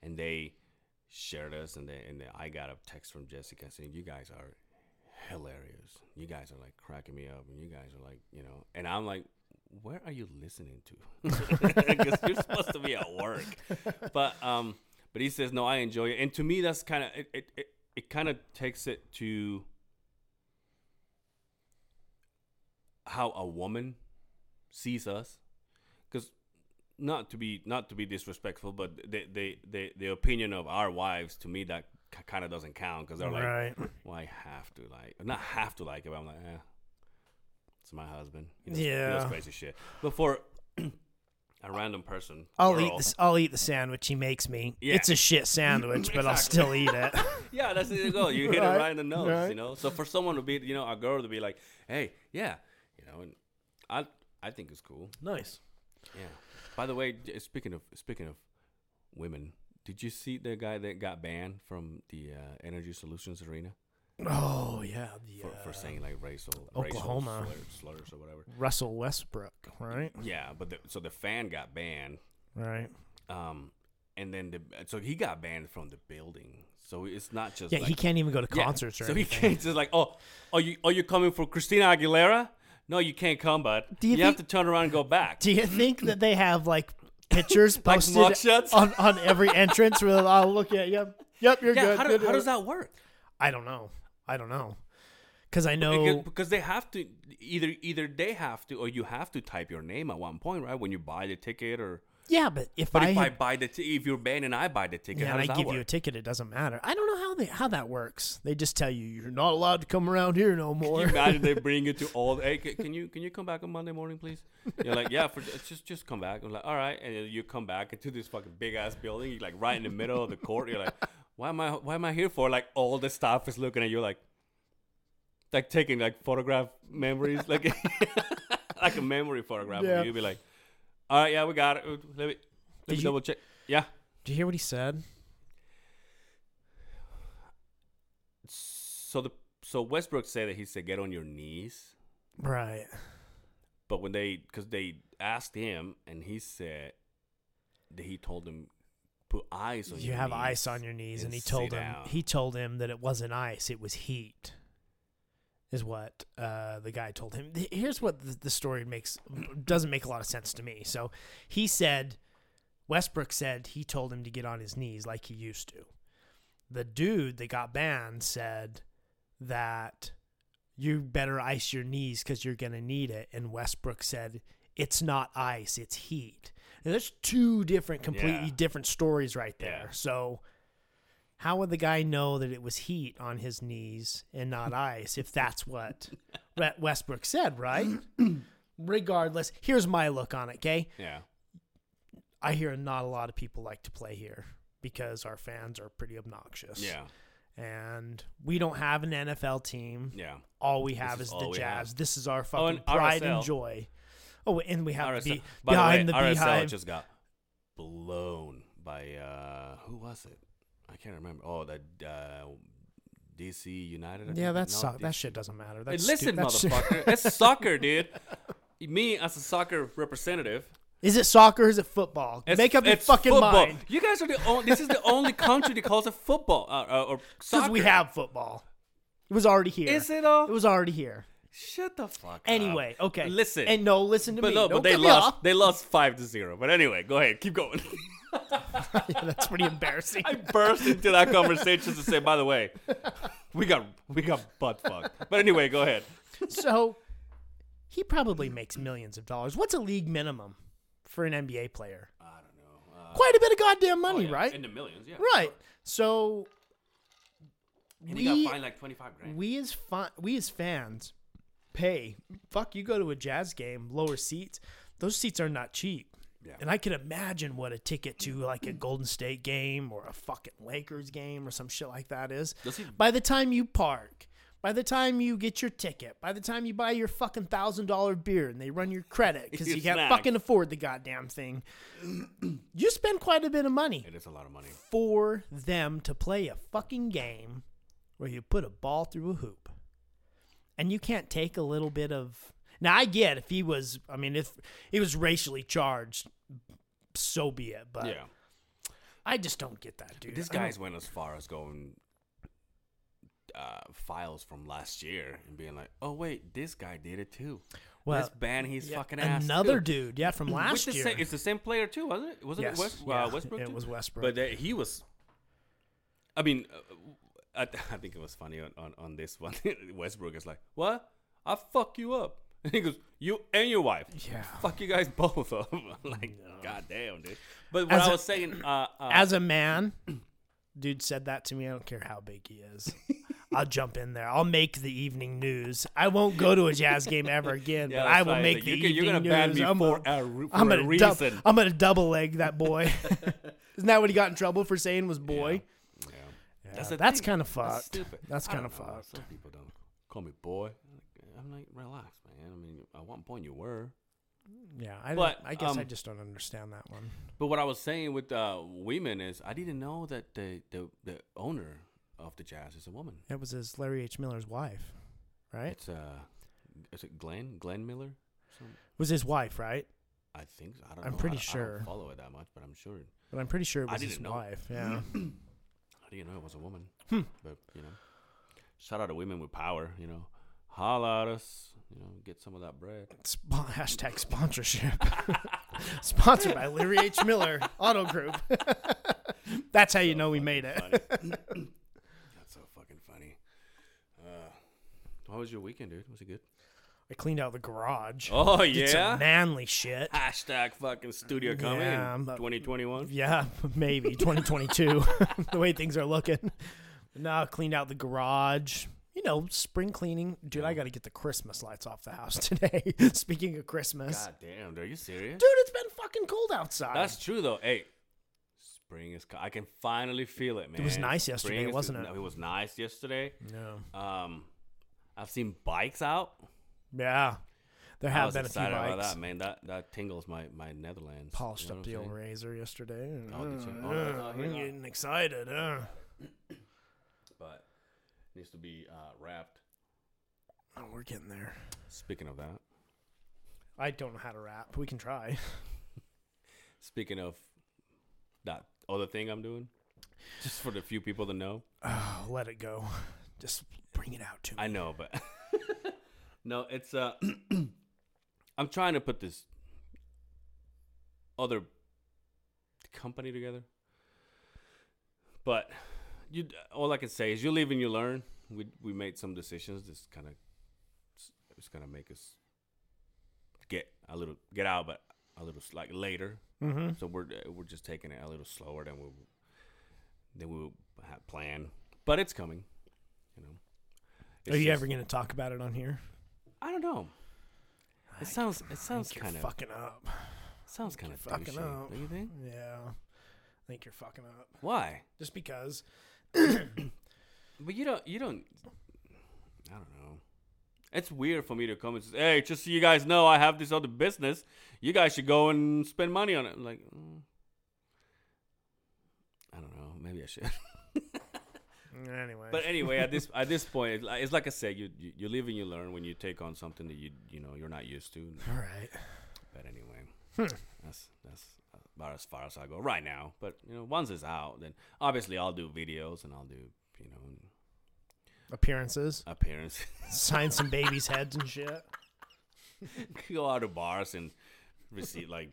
and they shared us, and they, and I got a text from Jessica saying, "You guys are hilarious. You guys are like cracking me up, and you guys are like, you know," and I'm like. Where are you listening to? Because you're supposed to be at work, but um, but he says no. I enjoy it, and to me, that's kind of it. It, it, it kind of takes it to how a woman sees us because not to be not to be disrespectful but the the the, the opinion of our wives to me that kind of doesn't count because they're like right. well i have to like not have to like it but i'm like eh, it's my husband he Yeah. he does crazy shit but for a random person I'll eat girl- this. I'll eat the sandwich he makes me. Yeah. It's a shit sandwich, but I'll still eat it. Yeah, that's the goal. You hit it Right, right in the nose, right. you know. So for someone to be, you know, a girl to be like, "Hey, yeah," you know, and I, I think it's cool. nice. Yeah. By the way, j- speaking of speaking of women, did you see the guy that got banned from the uh, Energy Solutions Arena Oh yeah, the, for, uh, for saying like racial, Oklahoma. racial slur, slurs or whatever? Russell Westbrook, right? Yeah, but the, so the fan got banned, Right. um, and then the so he got banned from the building. So it's not just Yeah, like, he can't even go to Yeah, concerts or so anything. he can't just like, oh, are you are you coming for Christina Aguilera? No, you can't come, bud. Do you you have to think- turn around and go back. Do you think that they have like pictures Like posted mugshots? on on every entrance? Where I'll look at yep, yep, you're yeah, good. how, do, good, uh, how good. does that work? I don't know. I don't know. Because I know. Because, because they have to either either they have to or you have to type your name at one point, right? When you buy the ticket or yeah, but if but I, if I buy the t- if you're banned and I buy the ticket, yeah, how and I does that give work? you a ticket, it doesn't matter. I don't know how they how that works. They just tell you you're not allowed to come around here no Can you more. imagine they bring it to all? Hey, ca- can you can you come back on Monday morning, please? You're like, yeah, for uh, just just come back. I'm like, all right, and then you come back into this fucking big ass building, you're like right in the middle of the court. You're like, why am I why am I here for? Like all the staff is looking at you, like, like taking like photograph memories, like like a memory photograph. Yeah. Of you. You'd be like, all right, yeah, we got it. Let me let me Did you- double check. Yeah. Did you hear what he said? So the so Westbrook said that he said get on your knees. Right. But when they, because they asked him, and he said that he told him put ice on. You your have knees ice on your knees, and he sit told him down." he told him that it wasn't ice; it was heat. Is what uh, the guy told him. Th- Here's what the, the story makes doesn't make a lot of sense to me. So he said Westbrook said he told him to get on his knees like he used to. The dude that got banned said that you better ice your knees because you're going to need it. And Westbrook said, it's not ice, it's heat. Now, there's two different, completely Yeah. different stories right there. Yeah. So, how would the guy know that it was heat on his knees and not ice if that's what Re- Westbrook said, right? Regardless, here's my look on it, okay? Yeah, I hear not a lot of people like to play here because our fans are pretty obnoxious. yeah, And we don't have an NFL team yeah. all we have is is, the all we have. Jazz. This is our Oh, fucking and pride RSL. and joy. Oh, and we have RSL, to be by behind the the, way, RSL beehive. just got blown by uh who was it? I can't remember. Oh, the uh, DC United. I yeah, think? that's No, so- D- that shit doesn't matter. Hey, That's listen, stu- that's stu- motherfucker. it's soccer, dude. Me as a soccer representative, is it soccer? or Is it football? It's- Make up your it's fucking football. mind. You guys are the only. This is the only country that calls it football uh, uh, or Because soccer. we have football. It was already here. Is it all? It was already here. Shut the fuck. Anyway, up. okay. Listen, and no, listen to but me. no, Don't but they cut me lost. off. They lost five to zero. But anyway, go ahead, keep going. Yeah, that's pretty embarrassing. I burst into that conversation to say, by the way, we got we got butt fucked. But anyway, go ahead. so he probably makes millions of dollars. What's a league minimum for an NBA player? I don't know. Quite a bit of goddamn money, right? the millions, Uh, oh, yeah. Right. So And we, like twenty five grand. we as fa- we as fans pay. Fuck, you go to a jazz game, lower seats. Those seats are not cheap. Yeah. And I could imagine what a ticket to like a Golden State game or a fucking Lakers game or some shit like that is. Does he- By the time you park, by the time you get your ticket, by the time you buy your fucking thousand dollar beer and they run your credit because Your you can't snack. fucking afford the goddamn thing, you spend quite a bit of money It is a lot of money. for them to play a fucking game where you put a ball through a hoop and you can't take a little bit of now i get if he was i mean if he was racially charged so be it but yeah. i just don't get that dude These I don't- guys went as far as going uh, files from last year and being like, "Oh wait, this guy did it too. Well, Let's ban his yeah, fucking ass." another too. dude yeah from With last the year Same, it's the same player too, wasn't it? Wasn't Yes. it West, Yeah, uh, Westbrook? it too? was Westbrook. But uh, he was. I mean, uh, I, th- I think it was funny on, on, on this one. Westbrook is like, "What? I fuck you up." And he goes, "You and your wife. Yeah. fuck you guys both up." I'm like, goddamn, dude. But what As I a- was saying, uh, uh, as a man dude said that to me i don't care how big he is i'll jump in there i'll make the evening news i won't go to a jazz game ever again Yeah, but that's i will right. make Like, the you can- evening you're gonna news ban me I'm for a- a ru- I'm for a gonna dou- reason. i'm gonna double leg that boy isn't that what he got in trouble for saying was boy yeah. that's, the thing. kind of That's fucked stupid. that's I kind of don't know. fucked Some people don't call me boy. I'm like, relax, man. I mean, at one point you were. yeah i, But, don't- I guess i um, just don't understand that one But what I was saying with uh, women is, I didn't know that the, the the owner of the Jazz is a woman. that was his larry h miller's wife right It's uh, is it Glenn Glenn Miller? Some- was his wife right I think so. I don't. I'm know. I pretty don't- I sure. don't follow it that much, but I'm sure. but i'm pretty sure it I was his didn't know. wife yeah I didn't know it was a woman. Hmm. But you know, shout out to women with power. You know, holla at us. You know, get some of that bread. Sp- hashtag sponsorship. Sponsored by Larry H. Miller Auto Group. That's how you know we made it. That's so fucking funny. Uh, how was your weekend, dude? Was it good? I cleaned out the garage. Oh Did some manly shit. Hashtag fucking studio coming Yeah, I'm- 2021. Yeah, maybe 2022. the way things are looking. No, I cleaned out the garage. You know, spring cleaning. Dude, I got to get the Christmas lights off the house today. Speaking of Christmas. God damn, dude, are you serious? Dude, it's been fucking cold outside. That's true though. Hey, spring is. Co- I can finally feel it, man. was nice yesterday, Spring is- wasn't it? no, It was nice yesterday. no. Um, I've seen bikes out. Yeah. There I have was been a few excited about bikes. that, man. That that tingles my my Netherlands. polished You know up what the I'm old saying? razor yesterday. and, Oh, did you? uh, Oh, I uh, hear I'm that. getting excited. Uh. But needs to be uh, wrapped. Oh, we're getting there. Speaking of that, I don't know how to rap. We can try. speaking of that other thing I'm doing, just for the few people that know, Oh, let it go. Just bring it out to me. I know, but no, it's uh, I'm trying to put this other company together, but you, all I can say is you live and you learn. We we made some decisions. This kind of it's gonna make us get a little get out, but a little s- like later. Mm-hmm. So we're uh, we're just taking it a little slower than we than we had planned, but it's coming. You know. Are It's you just- ever going to talk about it on here? I don't know. It sounds it sounds You're kind of fucking up. sounds kind of fucking douchey, up. Don't you think? Yeah. I think you're fucking up. Why? Just because. But you don't you don't. I don't know. It's weird for me to come and say, "Hey, just so you guys know, I have this other business. You guys should go and spend money on it." I'm like, mm, I don't know. Maybe I should. Anyway. But anyway, at this at this point, it's like- it's like I said, you you, you live and you learn when you take on something that you you know you're not used to. All right. But anyway, that's that's about as far as I go right now. But you know, once it's out, then obviously I'll do videos and I'll do you know Appearances. appearance, Sign some babies' heads and shit. go out to bars and receive like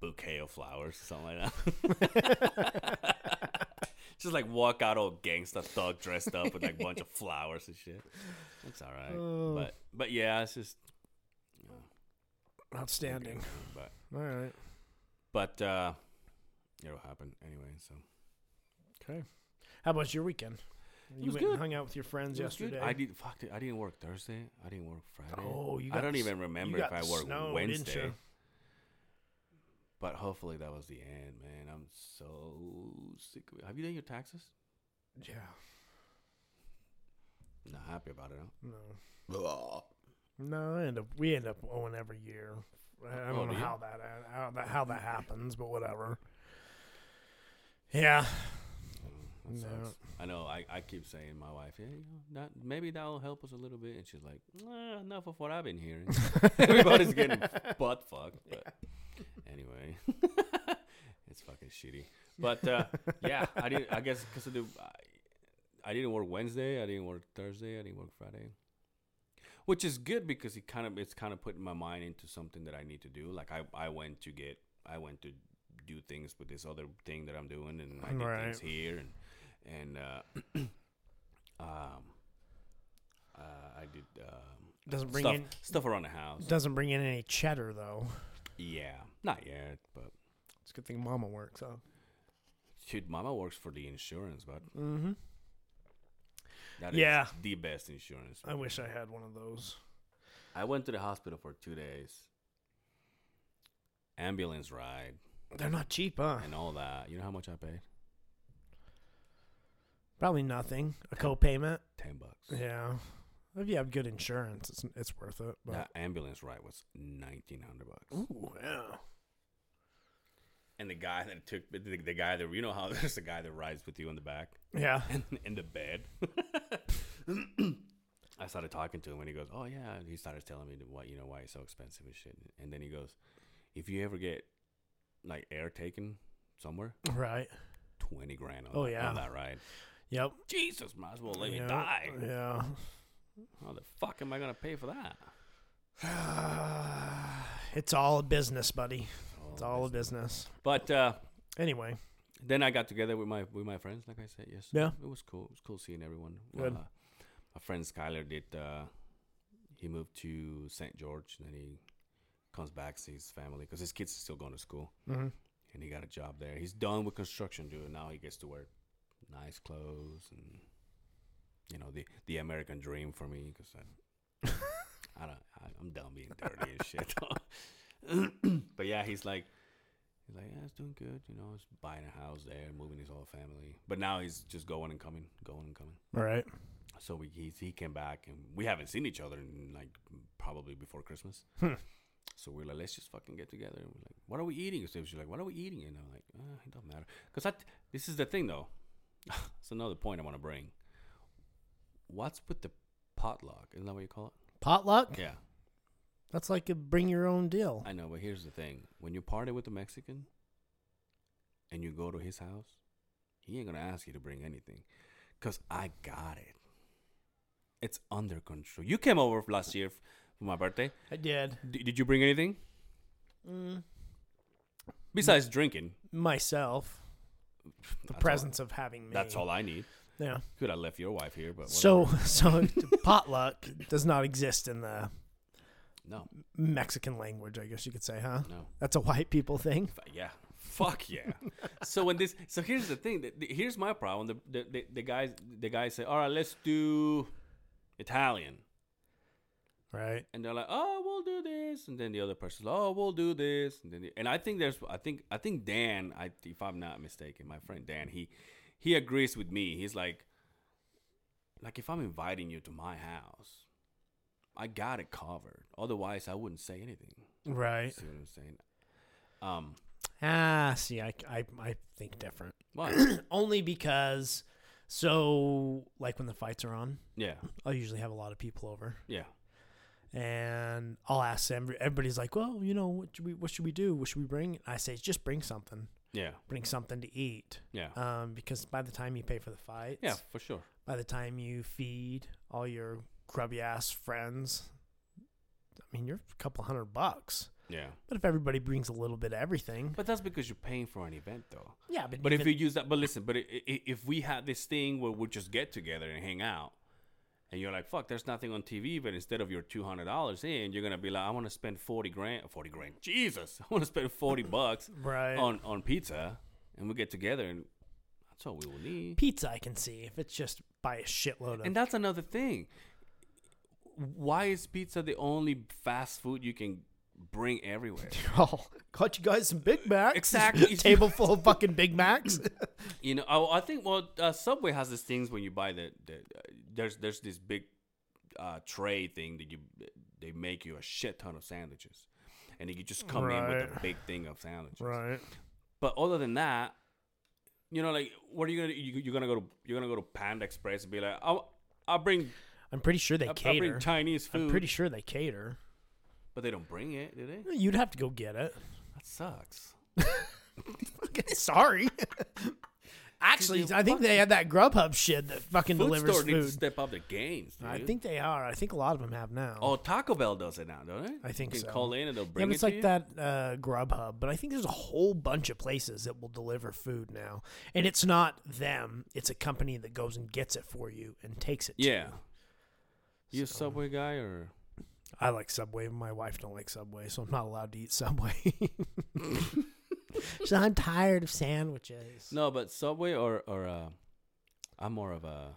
bouquet of flowers or something like that. Just like walk out all gangsta thug dressed up with like a bunch of flowers and shit. That's all right. But but yeah, it's just Outstanding. but All right. but uh it'll happen anyway, so Okay. How about your weekend? You was went and good. hung out with your friends It was good. yesterday. I didn't fuck. Dude, I didn't work Thursday. I didn't work Friday. Oh, you I got don't the s- even you remember got if I the worked snow, didn't Wednesday. you? But hopefully that was the end, man. I'm so sick of it. Have you done your taxes? Yeah. Not happy about it. Huh? Oh, No. Blah. No, I end up we end up owing every year. I I Oh, don't do know you? how that how that how that happens, but whatever. Yeah. That No. sucks. I know. I, I keep saying my wife, yeah, you know, that maybe that'll help us a little bit, and she's like, nah, enough of what I've been hearing. Everybody's getting butt fucked. But anyway, it's fucking shitty. But uh, yeah, I didn't. I guess because of the, I, I didn't work Wednesday. I didn't work Thursday. I didn't work Friday. Which is good because it kind of it's kind of putting my mind into something that I need to do. Like I, I went to get I went to do things with this other thing that I'm doing, and I did Right. things here and and uh, um uh, I did um, Doesn't bring stuff in stuff around the house. doesn't bring in any cheddar though. Yeah, not yet, but It's a good thing Mama works out. dude, Mama works for the insurance, but Mm-hmm. that is Yeah. the best insurance. I wish I had one of those. I went to the hospital for two days. Ambulance ride They're not cheap, huh? and all that. You know how much I paid? Probably nothing. A co-payment. Ten bucks. Yeah. If you have good insurance, it's it's worth it. But That ambulance ride was nineteen hundred bucks. ooh, yeah. And the guy that took the, the guy that you know how there's the guy that rides with you in the back. Yeah. in the bed. I started talking to him, and he goes, "Oh yeah." And he started telling me what you know why it's so expensive and shit. And then he goes, "If you ever get like air taken somewhere, Right. twenty grand on, Oh, that, yeah. on that ride." Yep. Jesus, might as well let yeah. me die. Yeah. How the fuck am I gonna pay for that? it's all a business, buddy. It's all a this- business. But uh, Anyway, then I got together with my with my friends, like I said. Yes, Yeah. it was cool. It was cool seeing everyone. Good. Uh, my friend Skyler did. Uh, he moved to St. George, and then he comes back sees his family because his kids are still going to school, Mhm. and he got a job there. He's done with construction, dude. Now he gets to wear nice clothes and you know the the American dream for me because I, I don't I, I'm done being dirty and shit. but yeah, he's like he's like yeah, it's doing good. You know, he's buying a house there, moving his whole family. But now he's just going and coming, going and coming. all right. So we he, he came back and we haven't seen each other in like probably before Christmas. Hmm. So we're like, let's just fucking get together. And we're like, what are we eating? So she's like, what are we eating? And I'm like, uh, it doesn't matter. Cause I, this is the thing though. it's another point I want to bring. What's with the potluck? Isn't that what you call Potluck? it? Yeah, That's like a bring your own deal. I know. But here's the thing: when you party with a Mexican, and you go to his house, he ain't gonna ask you to bring anything, cause I got it. It's under control. You came over last year for my birthday. I did. Mm, D- did you bring anything? Besides drinking, Myself, the That's all- presence of having me. that's all I need. Yeah. Could I left your wife here, but So, whatever. so potluck does not exist in the no, Mexican language, I guess you could say, huh? no, That's a white people thing. F- yeah, fuck yeah. so when this, so here's the thing. The, the- here's my problem. The, the the the guys the guys say, all right, let's do Italian, Right. and they're like, oh, we'll do this, and then the other person's, like, oh, we'll do this, and then the, and I think there's, I think I think Dan, I if I'm not mistaken, my friend Dan, he he agrees with me. He's like, like if I'm inviting you to my house, I got it covered. Otherwise, I wouldn't say anything. Right. See what I'm saying? Um, Ah, see, I, I, I think different. what? Only because, so, like when the fights are on, yeah, I'll usually have a lot of people over. yeah. and I'll ask them. Everybody's like, "Well, you know, what should we what should we do? What should we bring?" And I say, "Just bring something. Yeah, Bring something to eat." yeah, Um, because by the time you pay for the fights, yeah, for sure. by the time you feed all your grubby ass friends, I mean, you're a couple hundred bucks. Yeah, But if everybody brings a little bit of everything, but that's because you're paying for an event, though. yeah, but, But if you even- use that, but listen, but i- i- if we had this thing where we just get together and hang out, and you're like, "Fuck, there's nothing on TV," but instead of your two hundred dollars in, you're gonna be like, "I want to spend forty grand, forty grand, Jesus, I want to spend forty bucks right on on pizza," and we get together and that's all we will need. pizza, I can see if it's just buy a shitload of. And that's another thing. Why is pizza the only fast food you can bring everywhere? oh, caught you guys some Big Macs. Exactly. Table full of fucking Big Macs. You know, I, I think well, uh, Subway has these things when you buy the, the uh, there's there's this big uh, tray thing that you they make you a shit ton of sandwiches, and then you just come in with a Right. big thing of sandwiches. But other than that, you know, like what are you gonna you, you're gonna go to you're gonna go to Panda Express and be like, I'll, I'll bring I'm pretty sure they I'll, I'll cater. bring Chinese food, I'm pretty sure they cater. but they don't bring it, do they? You'd have to go get it. That sucks. Sorry. Actually, I think they had that Grubhub shit that fucking Food delivers store needs to food. step up the games. Dude. I think they are. I think a lot of them have now. Oh, Taco Bell does it now, don't it? I think you can so. call in and they'll yeah, bring but it it's to like you. that uh, Grubhub, but I think there's a whole bunch of places that will deliver food now, and it's not them; it's a company that goes and gets it for you and takes it. to Yeah. you. You a Subway guy or? I like Subway. My wife don't like Subway, so I'm not allowed to eat Subway. so I'm tired of sandwiches. No, but Subway or or uh, I'm more of a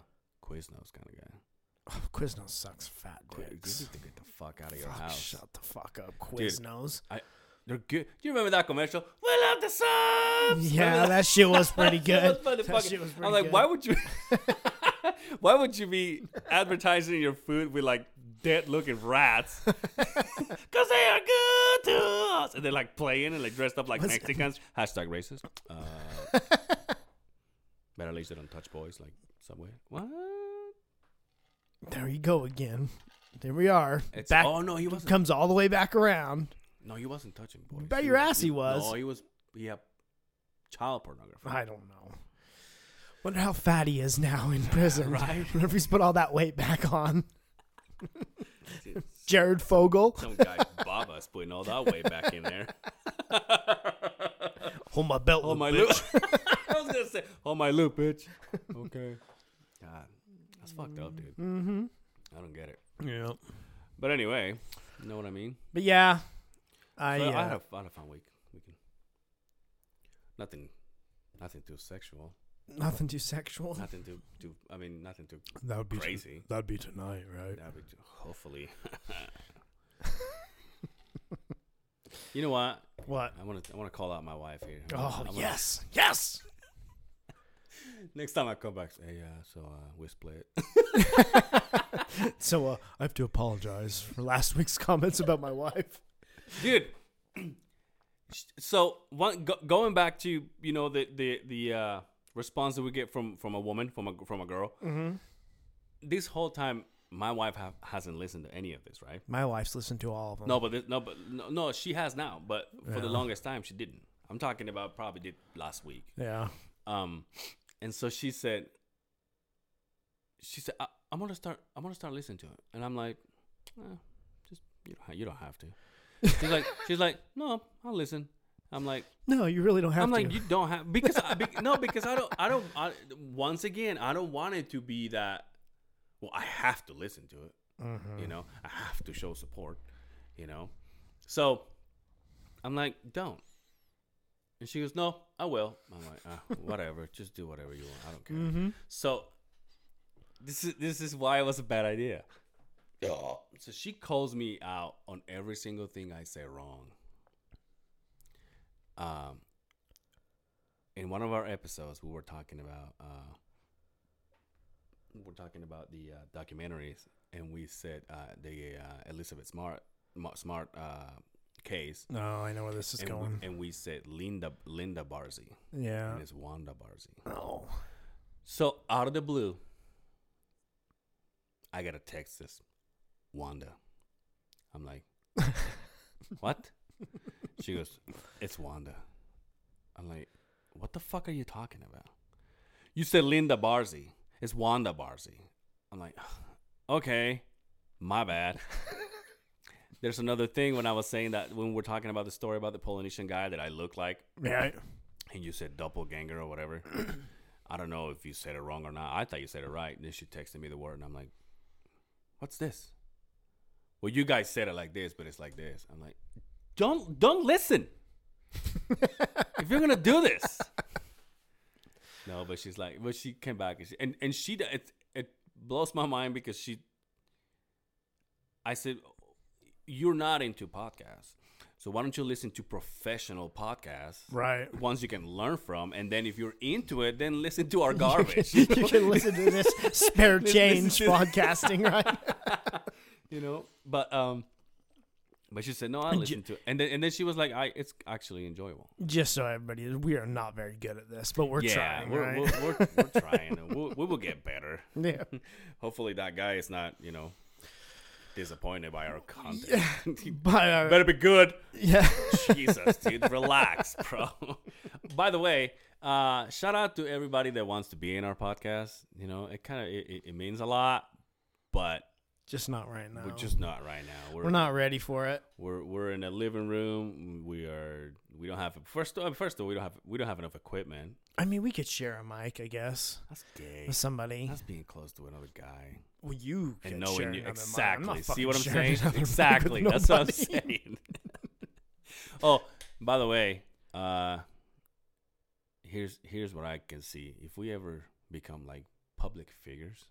Quiznos kind of guy. Quiznos sucks, fat Dude, you need dicks. to get the fuck out of your Fuck, house. shut the fuck up, Quiznos. I, they're good. Do you remember that commercial? We love the subs. Yeah, that shit was pretty That was good. That motherfucking- shit was pretty I'm like, good. why would you? why would you be advertising your food with like dead looking rats? Because they are good to us, and they're like playing and like dressed up like Mexicans. Hashtag racist. Uh, better at least they don't touch boys like Subway. What? There you go again. There we are. It's, back oh no, he wasn't. comes all the way back around. no, he wasn't touching boys. Bet your ass he was. No, he was. Yeah, child pornography. I don't know. Wonder how fat he is now in prison. Right. Whenever he's put all that weight back on. It's- Jared Fogle. Some guy Baba's putting all that way back in there. Hold my belt. Oh my loop. I was gonna say, oh my loop, bitch. Okay. God, that's fucked up, dude. Mm-hmm. I don't get it. Yeah. But anyway, you know what I mean. But yeah. I, But I, uh, had a, I had a fun week. Weekend. Nothing, nothing too sexual. nothing too sexual. Nothing too, too. I mean, nothing too That would be crazy. that'd be tonight, right? That would hopefully. you know what? What? I want to. I want to call out my wife here. I wanna- Oh I wanna- yes, yes. Next time I come back, say, hey, uh, so uh, we split. So uh, I have to apologize for last week's comments about my wife. dude. So one, go, going back to you know the the the uh, response that we get from from a woman from a from a girl. This whole time, my wife have, hasn't listened to any of this, right? My wife's listened to all of them. No, but this, no, but no, no, she has now. But for the longest time, she didn't. I'm talking about probably did last week. Yeah. Um, and so she said, she said, I, I'm gonna start, I'm gonna start listening to it. And I'm like, eh, just you don't, ha- you don't have to. She's like, she's like, no, I'll listen. I'm like, No, you really don't have I'm to. like, you don't have because I, be, no, because I don't, I don't. I, once again, I don't want it to be that. Well, I have to listen to it. Mm-hmm. You know, I have to show support. You know, so I'm like, don't. And she goes, no, I will. I'm like, ah, whatever, just do whatever you want. I don't care. Mm-hmm. So this is this is why it was a bad idea. So she calls me out on every single thing I say wrong. Um, in one of our episodes, we were talking about uh, we we're talking about the uh, documentaries, and we said uh, the uh, Elizabeth Smart Ma- Smart uh, case, no, I know where this is and we, going. and we said Linda Linda Barzey, yeah. and it's Wanda Barzey. Oh. So out of the blue, I got a text this Wanda. I'm like, what? She goes, it's Wanda. I'm like, what the fuck are you talking about? You said Linda Barzi. It's Wanda Barzi. I'm like, okay, my bad. There's another thing when I was saying that when we're talking about the story about the Polynesian guy that I look like Yeah. and you said doppelganger or whatever. I don't know if you said it wrong or not. I thought you said it right. And then she texted me the word, and I'm like, "What's this?" Well, you guys said it like this, but it's like this. I'm like, "Don't don't listen. if you're gonna do this." No, but she's like, but she came back and she, and, and she it's, blows my mind because she I said you're not into podcasts. So why don't you listen to professional podcasts? Right. Ones you can learn from and then if you're into it, then listen to our garbage. you can listen to this spare Listen change to- podcasting, right? you know but um but she said no i ju- listened to it and then and then she was like i it's actually enjoyable Just so everybody, is, we are not very good at this, but we're trying, we're, right? we're, we're, we're trying and we'll, we will get better yeah. hopefully that guy is not you know disappointed by our content But uh, better be good yeah, jesus dude relax bro by the way uh shout out to everybody that wants to be in our podcast you know it kind of it, it- it means a lot but just not right now. we're just not right now we're not ready for it. We're we're in a living room. We are we don't have first uh, first of all we don't have we don't have enough equipment. I mean, we could share a mic, I guess, That's gay. with somebody. That's being close to another guy Well, you and could share knowing you another mic. I'm exactly. not See what I'm fucking sharing saying? another mic with Exactly. That's what I'm nobody. saying. oh, by the way, uh, here's here's what I can see. If we ever become like public figures,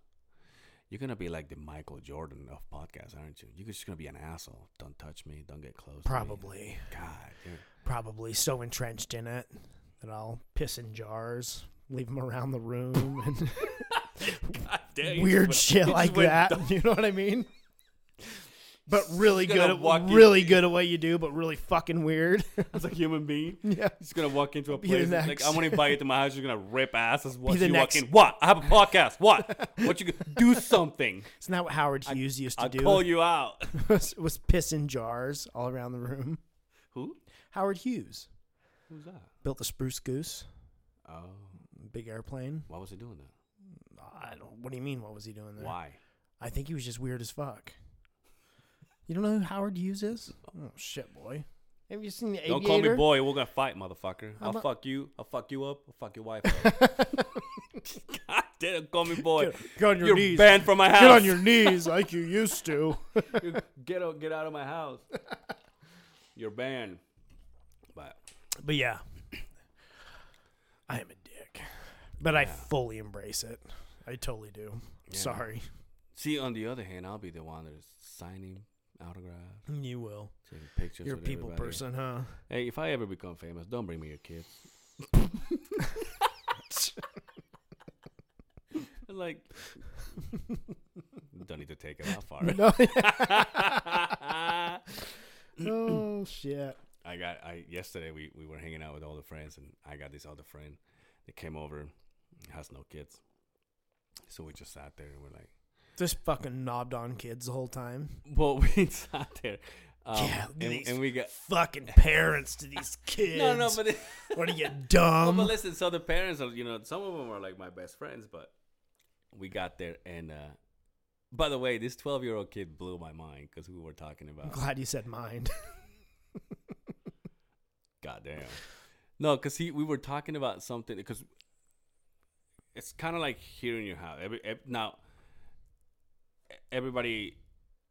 you're gonna be like the Michael Jordan of podcasts, aren't you? You're just gonna be an asshole. Don't touch me. Don't get close. to me. Probably, God, dude. probably so entrenched in it that I'll piss in jars, leave them around the room, and Ah, weird shit like that. You know what I mean? But really gonna good, at, walk you- really good at what you do, but really fucking weird. As a human being, yeah, he's gonna walk into a the place and, like next. I'm gonna invite you to my house. You're gonna rip ass as what the you next- walk in. What? I have a podcast. What? What you gonna- do something? isn't that what Howard Hughes used to I'll do? call you out. was, was piss in jars all around the room. Who? Howard Hughes Who's that? built the Spruce Goose, Oh, big airplane. why was he doing that? I don't. What do you mean? What was he doing there? Why? I think he was just weird as fuck. You don't know who Howard Hughes is? Oh shit, boy. Have you seen the aviator? Don't call me boy. We're gonna fight, motherfucker. I'll about- fuck you. I'll fuck you up. I'll fuck your wife. up. God damn! Call me boy. Get- get on your You're knees. banned from my house. Get on your knees like you used to. get out, get out of my house. You're banned. But But yeah, I am a dick, but I fully embrace it. I totally do. Sorry, see, on the other hand, I'll be the one that's signing autographs, you will. taking pictures. You're a with people everybody. person, huh? Hey, if I ever become famous, don't bring me your kids. like, don't need to take it that far. No. I oh shit. got. I yesterday we we were hanging out with all the friends, and I got this other friend that came over, has no kids, so we just sat there and we're like, Just fucking knobbed on kids the whole time. well, we sat there. Um, Yeah, and, these and we got Fucking parents to these kids. no, no, but. It, what are you Oh, dumb? but listen, so the parents are, you know, some of them are like my best friends, but we got there. And uh, by the way, this 12 year old kid blew my mind because we were talking I'm about, glad you said mind. goddamn. No, because he, we were talking about something, because it's kind of like here in your house. Every, ev- now, e- everybody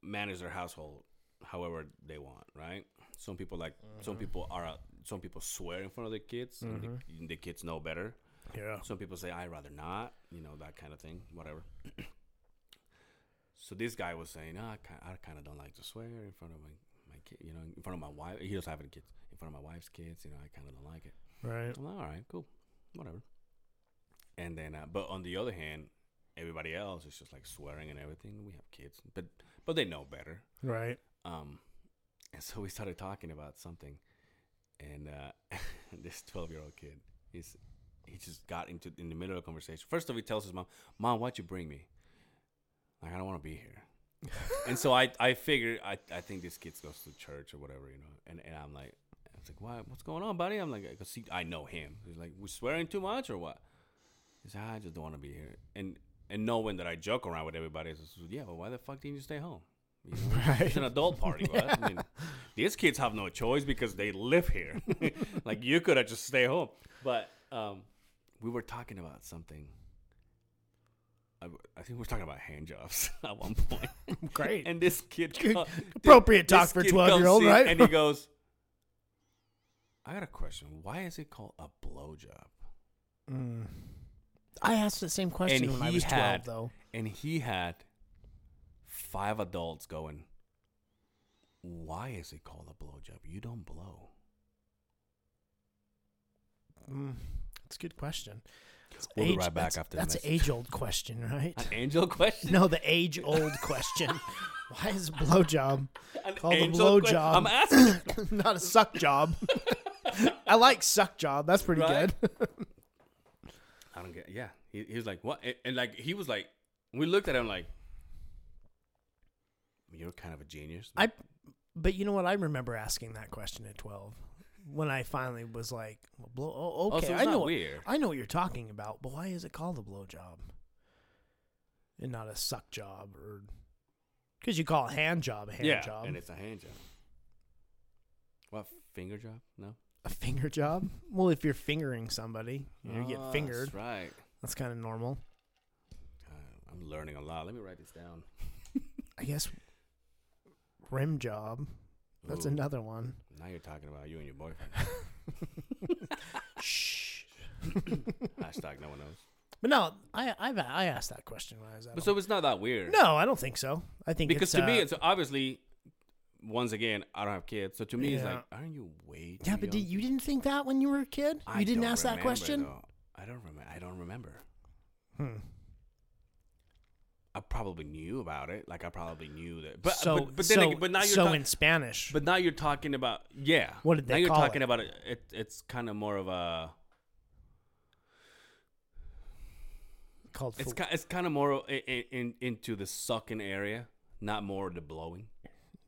manages their household however they want, right? Some people like, some people are, out- some people swear in front of their kids, and the, the kids know better. Yeah. Some people say I'd rather not, you know, that kind of thing, whatever. so this guy was saying, oh, I kind I kind of don't like to swear in front of my my kid, you know, in front of my wife. He doesn't have any kids. In front of my wife's kids, you know, I kind of don't like it. Right. I'm like, all right, cool, whatever. And then, uh, but on the other hand, everybody else is just like swearing and everything. We have kids, but but they know better. Right. Um, and so we started talking about something, and uh, this twelve-year-old kid is he just got into in the middle of a conversation. First of all, he tells his mom, "Mom, why'd you bring me? Like, I don't want to be here." and so I I figured I I think this kid goes to church or whatever, you know. And and I'm like, I was like, "Why? What's going on, buddy?" I'm like, "Cause he, I know him." He's like, "We're swearing too much or what?" He's like, "I just don't want to be here." And and knowing that I joke around with everybody, it's just, yeah, well, why the fuck didn't you stay home? You know, It's an adult party, right? I mean, these kids have no choice because they live here. like you could have just stay home. But um, we were talking about something. I, I think we we're talking about hand jobs at one point. Great. And this kid, Good- co- appropriate this talk for a kid comes 12-year-old, in right? And he goes, "I got a question. Why is it called a blowjob?" I asked the same question And when I he was had- 12, though. and he had five adults going, "Why is it called a blowjob? You don't blow." It's a good question. It's We'll be right back that's, after the That's message. age old question, right? An angel question. No, the age old question. Why is a blowjob An called a angel que- blowjob? I'm asking. not a suck job? I like suck job. That's pretty Right? good. I don't get. Yeah, he, he was like, "What?" And, and like, he was like, we looked at him like, "You're kind of a genius." I, but you know what? I remember asking that question at twelve when I finally was like, well, blow, oh, Oh, "Okay, so it's I not know, what- weird. I know what you're talking about, but why is it called a blowjob and not a suck job or?" Because you call a hand job a hand yeah, job, and it's a hand job. What finger job? No, a finger job. Well, if you're fingering somebody, you, know, you Oh, get fingered. That's right. That's kind of normal, God, I'm learning a lot. Let me write this down. I guess. Rim job. That's Ooh. another one. Now you're talking about you and your boyfriend. Shh. Hashtag no one knows. But no, I I've, I asked that question when I was at. But home. so it's not that weird. no, I don't think so. I think because it's, to me, uh, it's obviously. Once again, I don't have kids, so to me, it's Yeah. like, aren't you way? Too Yeah, but young? did, you didn't think that when you were a kid? You I didn't don't ask that remember, question? though. I don't remember. I don't remember. Hmm. I probably knew about it. Like I probably knew that. But so, but, but then so, again, but now you're so talk- in Spanish. but now you're talking about yeah. What did they now you're call talking it? about it, it. It's kind of more of a. called It's fl- ki- it's kind of more o- i- i- in, into the sucking area, not more the blowing.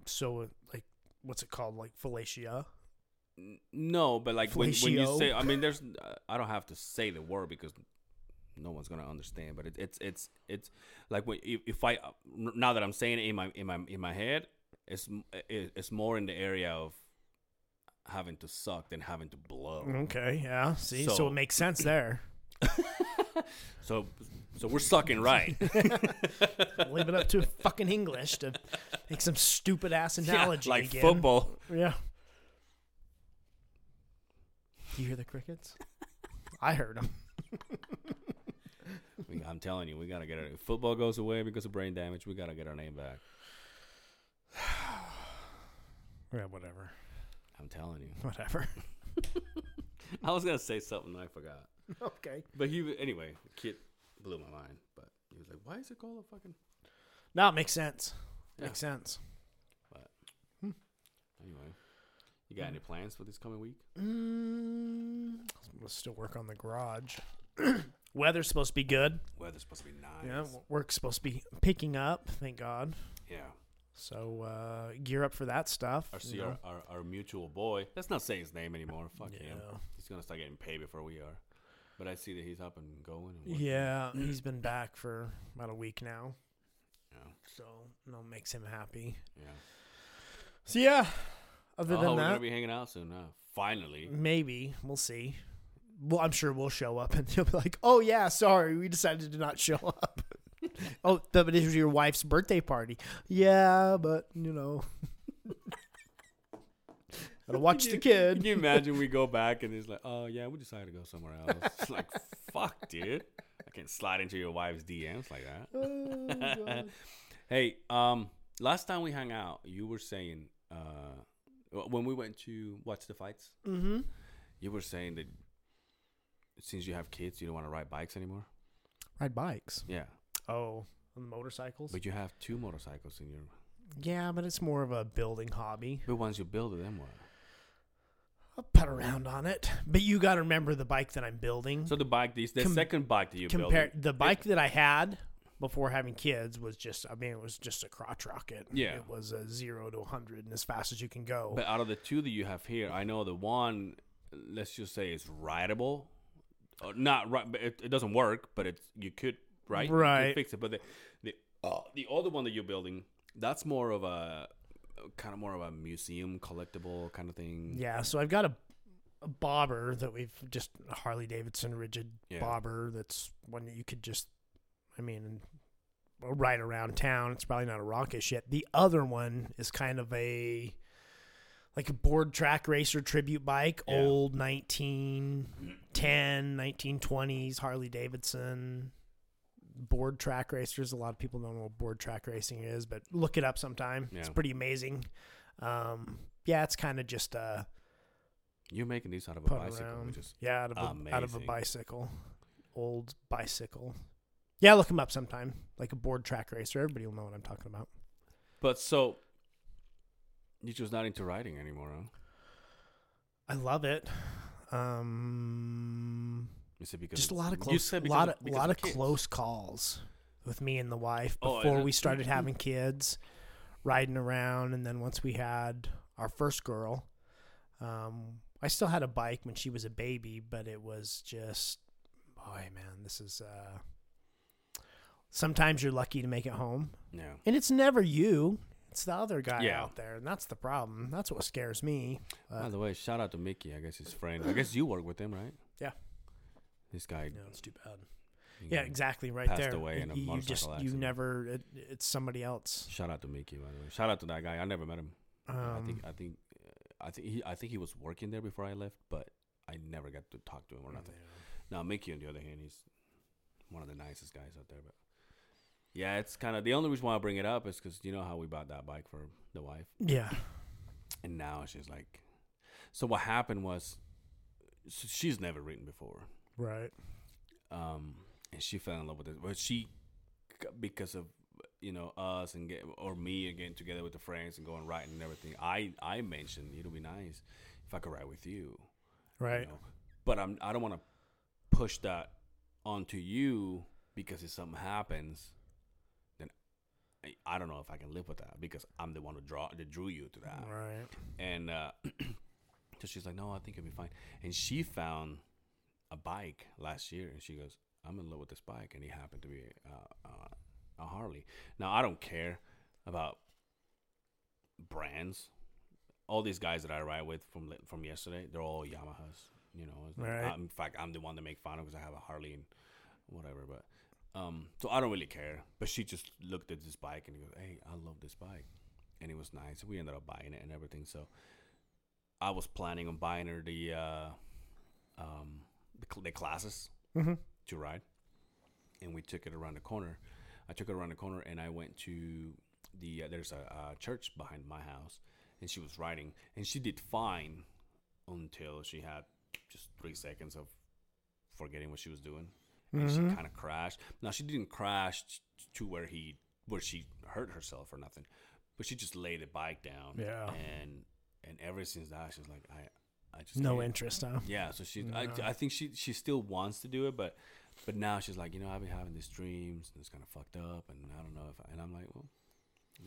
so like what's it called? Like fellatio. No, but like when, when you Fellatio. say, I mean, there's. I don't have to say the word because no one's gonna understand. But it, it's it's it's like when if, if I now that I'm saying it in my in my in my head, it's m- it, it's more in the area of having to suck than having to blow. Okay, yeah. See, so, So- it makes sense there. So so we're sucking right. Leave it up to fucking English to make some stupid ass analogy like again. football. Yeah. You hear the crickets? I heard them. We- I'm telling you, we gotta get our if football goes away because of brain damage. We gotta get our name back. Yeah, whatever. I'm telling you. Whatever. I was gonna say something I forgot. okay. But he w- anyway, the kid blew my mind. But he was like, "Why is it called a fucking?" No, it makes sense. Yeah. Makes sense. But anyway, you got any plans for this coming week? Mm, we'll still work on the garage. Weather's supposed to be good. Weather's supposed to be nice. Yeah, w- work's supposed to be picking up. Thank God. Yeah. So uh, gear up for that stuff. Our, see you know. our, our our mutual boy. Let's not say his name anymore. Fuck him. Yeah. He's gonna start getting paid before we are. But I see that he's up and going. And working. Yeah, he's been back for about a week now, Yeah. so no makes him happy. Yeah. So yeah, other Oh, than we're gonna that, be hanging out soon. Huh? Finally. maybe we'll see. Well, I'm sure we'll show up, and he'll be like, "Oh yeah, sorry, we decided to not show up." oh, th- but it was your wife's birthday party. Yeah, but you know, gotta watch the Can kid. you imagine we go back and it's like, oh yeah, we decided to go somewhere else. It's like, fuck, dude, I can't slide into your wife's DMs like Oh, that. hey, um, last time we hung out, you were saying, uh, wh- when we went to watch the fights, Mm-hmm. you were saying that since you have kids, you don't want to ride bikes anymore. Ride bikes. Yeah, Oh, on motorcycles. but you have two motorcycles in your. yeah, but it's more of a building hobby. But once you build it, then what? I'll put around on it, but you got to remember the bike that I'm building. So the bike, this the Com- second bike that you built. Compare the bike that I had before having kids was just I mean it was just a crotch rocket. Yeah. It was a 0 to 100 and as fast as you can go. But out of the two that you have here, I know the one, let's just say, is rideable. Uh, not right, but it, it doesn't work. But it's you could right, You could Right. fix it. But the the uh, the other one that you're building, that's more of a kind of more of a museum collectible kind of thing. yeah, so I've got a, a bobber that we've just a Harley Davidson rigid Yeah. bobber that's one that you could just I mean ride around town. It's probably not a rocket ship. The other one is kind of a like a board track racer tribute bike, Yeah. old 1910, 1920s Harley Davidson. board track racers. A lot of people don't know what board track racing is, but look it up sometime. It's Yeah. pretty amazing. Um, yeah, it's kind of just uh, You're making these out of a put bicycle, around. which is yeah, out of a, out of a amazing. bicycle, old bicycle. Yeah, look them up sometime. Like a board track racer, everybody will know what I'm talking about. But so you're just not into riding anymore, huh? I love it. Um, You said because just a lot of You close, said a because lot of, of, because lot of kids. close calls with me and the wife Oh, before yeah. we started having kids, riding around, and then once we had our first girl, um, I still had a bike when she was a baby, but it was just, boy, man, this is. Uh, sometimes you're lucky to make it home, Yeah. and it's never you. It's the other guy Yeah. out there, and that's the problem. That's what scares me. By the way, shout out to Mickey. I guess his friend. I guess you work with him, right? Yeah. This guy. No, it's too bad. you Yeah, know, exactly. Right passed there. away in a You- you motorcycle just you accident. never. It, it's somebody else. Shout out to Mickey. By the way, shout out to that guy. I never met him. I Um, think I think uh, I think he I think he was working there before I left, but I never got to talk to him or nothing. Now Mickey, on the other hand, he's one of the nicest guys out there. But yeah, it's kind of the only reason why I bring it up is because you know how we bought that bike for the wife, yeah. and now she's like, so what happened was, so she's never ridden before, Right. um, and she fell in love with it. Well, she c- because of you know us and get, or me and getting together with the friends and going riding and everything. I I mentioned it'll be nice if I could ride with you, you Right. know? But I'm I don't want to push that onto you because if something happens, then I, I don't know if I can live with that because I'm the one who draw that drew you to that Right. and uh, so she's like, "No, I think it'll be fine." And she found a bike last year, and she goes, "I'm in love with this bike," and it happened to be uh, uh, a Harley. Now I don't care about brands. All these guys that I ride with from li- from yesterday, they're all Yamahas. You know, It's like, Right. I'm- in fact, I'm the one that make fun of because I have a Harley and whatever. But um, so I don't really care. But she just looked at this bike and goes, "Hey, I love this bike," and it was nice. We ended up buying it and everything. So I was planning on buying her the uh, um, the, cl- the classes Mhm. to ride, and we took it around the corner. I took it around the corner, and I went to the uh, there's a, uh church behind my house, and she was riding, and she did fine until she had just three seconds of forgetting what she was doing, and Mm-hmm. she kind of crashed. Now she didn't crash t- to where he where she hurt herself or nothing, but she just laid the bike down. Yeah. and and ever since that, she's like, I I just No can't." interest, huh? Yeah, so she, I, I think she, she still wants to do it, but, but now she's like, you know, I've been having these dreams and it's kind of fucked up, and I don't know if, I, and I'm like, well,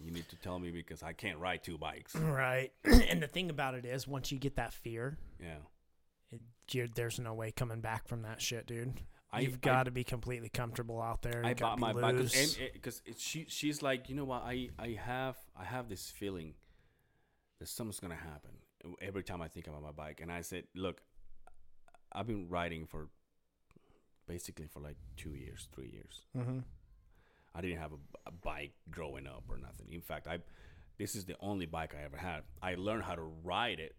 you need to tell me because I can't ride two bikes. Right. and the thing about it is, once you get that fear, Yeah, it, you're, there's no way coming back from that shit, dude. I- I- You've got to be completely comfortable out there. I You bought gotta my be bike loose. because she, she's like, you know what, I, I have, I have this feeling that something's gonna happen every time I think about my bike, and I said, look, I've been riding for basically for like two years, three years. Mhm. I didn't have a, a bike growing up or nothing. In fact, I this is the only bike I ever had. I learned how to ride it.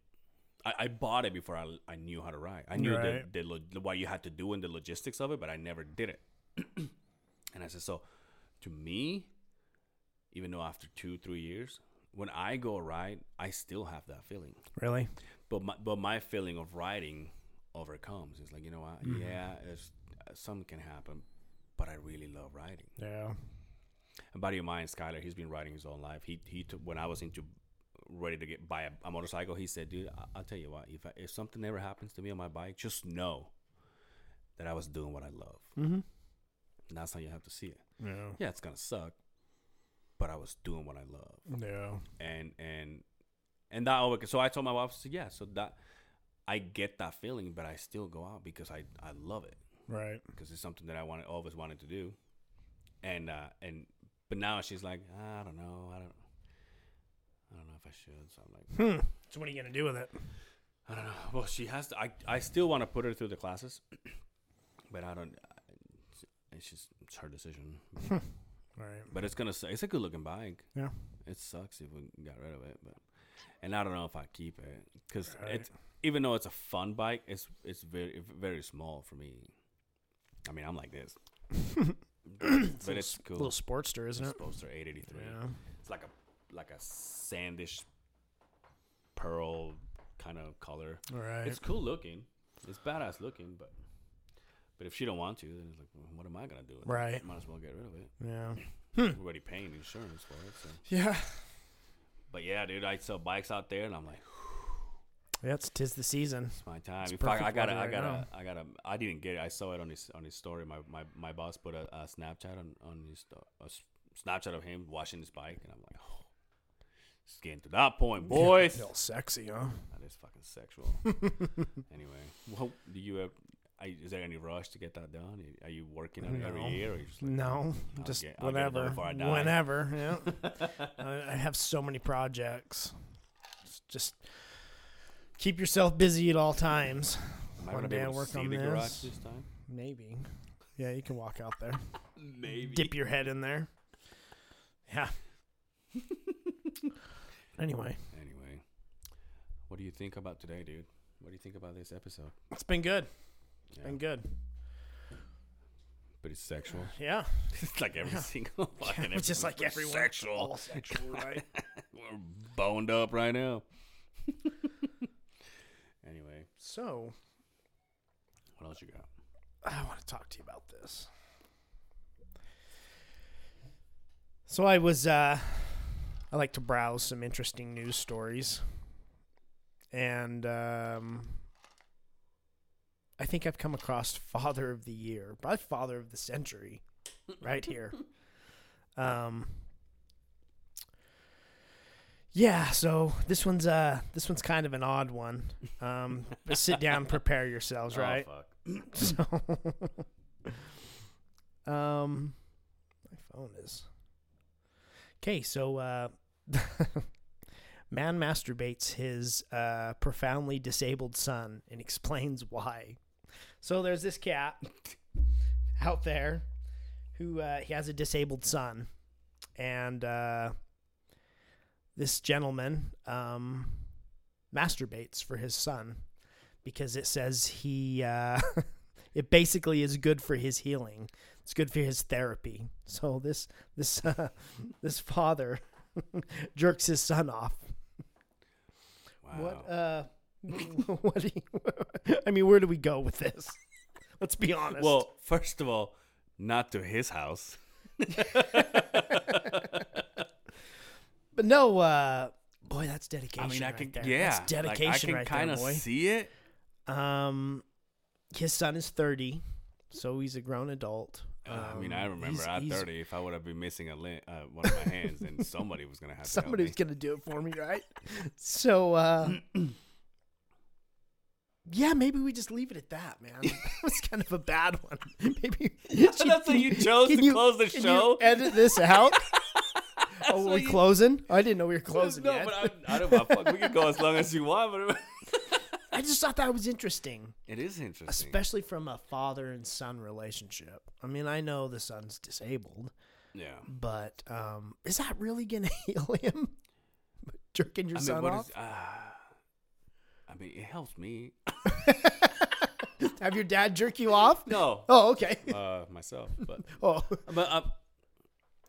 I, I bought it before I, I knew how to ride. I knew Right. the, the lo- what you had to do and the logistics of it, but I never did it. and I said, so to me, even though after two three years, when I go ride, I still have that feeling. Really? But my but my feeling of riding overcomes. It's like you know what? Yeah, it's, uh, something can happen, but I really love riding Yeah. a buddy of mine, Skyler, he's been riding his own life. He he took when I was into ready to get buy a, a motorcycle, he said, "Dude, I, I'll tell you what. If I, if something ever happens to me on my bike, just know that I was doing what I love. Mm-hmm. And that's how you have to see it. Yeah. Yeah, it's gonna suck, but I was doing what I love. Yeah. And and and that over. So I told my wife, I said, "Yeah, so that I get that feeling, but I still go out because I I love it." Right. because it's something that I wanted always wanted to do, and uh, and but now she's like, I don't know, I don't, I don't know if I should. So I'm like, Hmm. So what are you gonna do with it? I don't know. Well, she has to. I I still want to put her through the classes, but I don't. It's just it's her decision. Right. But it's gonna. su- It's a good looking bike. Yeah. It sucks if we got rid of it, but and I don't know if I keep it because Right. it's even though it's a fun bike, it's it's very very small for me. I mean, I'm like this. but it's cool. little sportster, isn't it? Poster 883. Yeah. It's like a like a sandish pearl kind of color. All right. It's cool looking. It's badass looking, but but if she don't want to, then it's like, well, what am I gonna do? With it? Right. Might as well get rid of it. yeah. We're already paying insurance for it. So. Yeah. But yeah, dude, I sell bikes out there, and I'm like, That's tis the season. it's my time. It's In fact, I perfect got, a, weather I right got, a, now. I got a, I didn't get it. I saw it on his on his story. My my, my boss put a, a Snapchat on on his a s- Snapchat of him washing his bike, and I'm like, oh, it's getting to that point, boys. Feel sexy, huh? That is fucking sexual. anyway, well, do you have? I, is there any rush to get that done? Are you working on it No. every year? Or you just like, No, I'll just get- I'll get it done whenever. before I die. Whenever. Yeah. I, I have so many projects. It's Just keep yourself busy at all times. Am I One gonna be day able I to work see on the garage this. this time? Maybe. Yeah, you can walk out there. Maybe. Dip your head in there. Yeah. anyway, Anyway, what do you think about today, dude? What do you think about this episode? it's been good. It's Yeah. been good. But it's sexual. Yeah. it's like every single fucking It's just like episode's everyone. Sexual. All sexual, right? We're boned up right now. anyway, so, what else you got? I want to talk to you about this. So I was uh I like to browse some interesting news stories. And um I think I've come across father of the year, probably father of the century right here. um yeah, so this one's uh this one's kind of an odd one. Um but sit down, prepare yourselves, right? Oh, fuck. So, um, my phone is okay. So, uh, man masturbates his uh, profoundly disabled son and explains why. So there's this cat out there who uh, he has a disabled son, and uh, this gentleman um, masturbates for his son because it says he uh, it basically is good for his healing. It's good for his therapy. So this this uh, this father jerks his son off. Wow. What uh what do you, I mean, where do we go with this? Let's be honest. well, first of all, not to his house. but no uh boy, that's dedication. I mean, I right can, there. yeah, That's dedication like, I can right kind there, of boy. see it. Um, his son is thirty, so he's a grown adult. Uh, I mean, I Um, remember he's- at he's- 30, if I would have been missing a lin- uh, one of my hands, then somebody was gonna have to help Somebody me. was gonna do it for me, right? so uh Yeah, maybe we just leave it at that, man. That was kind of a bad one. Maybe That's how you chose Can to close the can you show? edit this out. oh, what we're you- closing. Oh, I didn't know we were closing no, yet. but I, I don't know. Fuck, we can go as long as you want. But I just thought that was interesting, it is interesting. especially from a father and son relationship. I mean, I know the son's disabled, yeah. but um, is that really gonna heal him? Jerking your I mean, son what off. is? Uh, I mean, it helps me. Have your dad jerk you off? No, Oh, okay. uh, myself, but Oh, but um,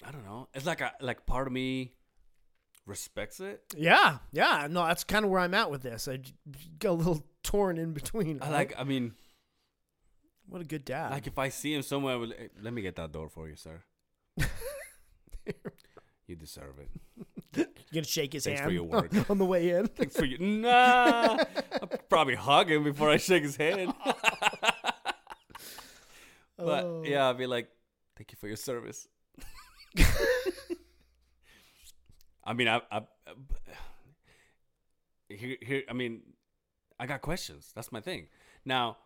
I don't know. It's like a like part of me respects it. yeah, yeah. No, that's kind of where I'm at with this. I j- got a little torn in between. I right? like. I mean, What a good dad. like if I see him somewhere, I will- eh, let me get that door for you, sir. you deserve it. you gonna shake his Thanks hand for your work. on, on the way in. Thanks for you. Nah, I'll probably hug him before I shake his hand. but Oh. yeah, I'll be like, thank you for your service. I mean, I, I, I- here, here. I mean, I got questions. That's my thing. Now,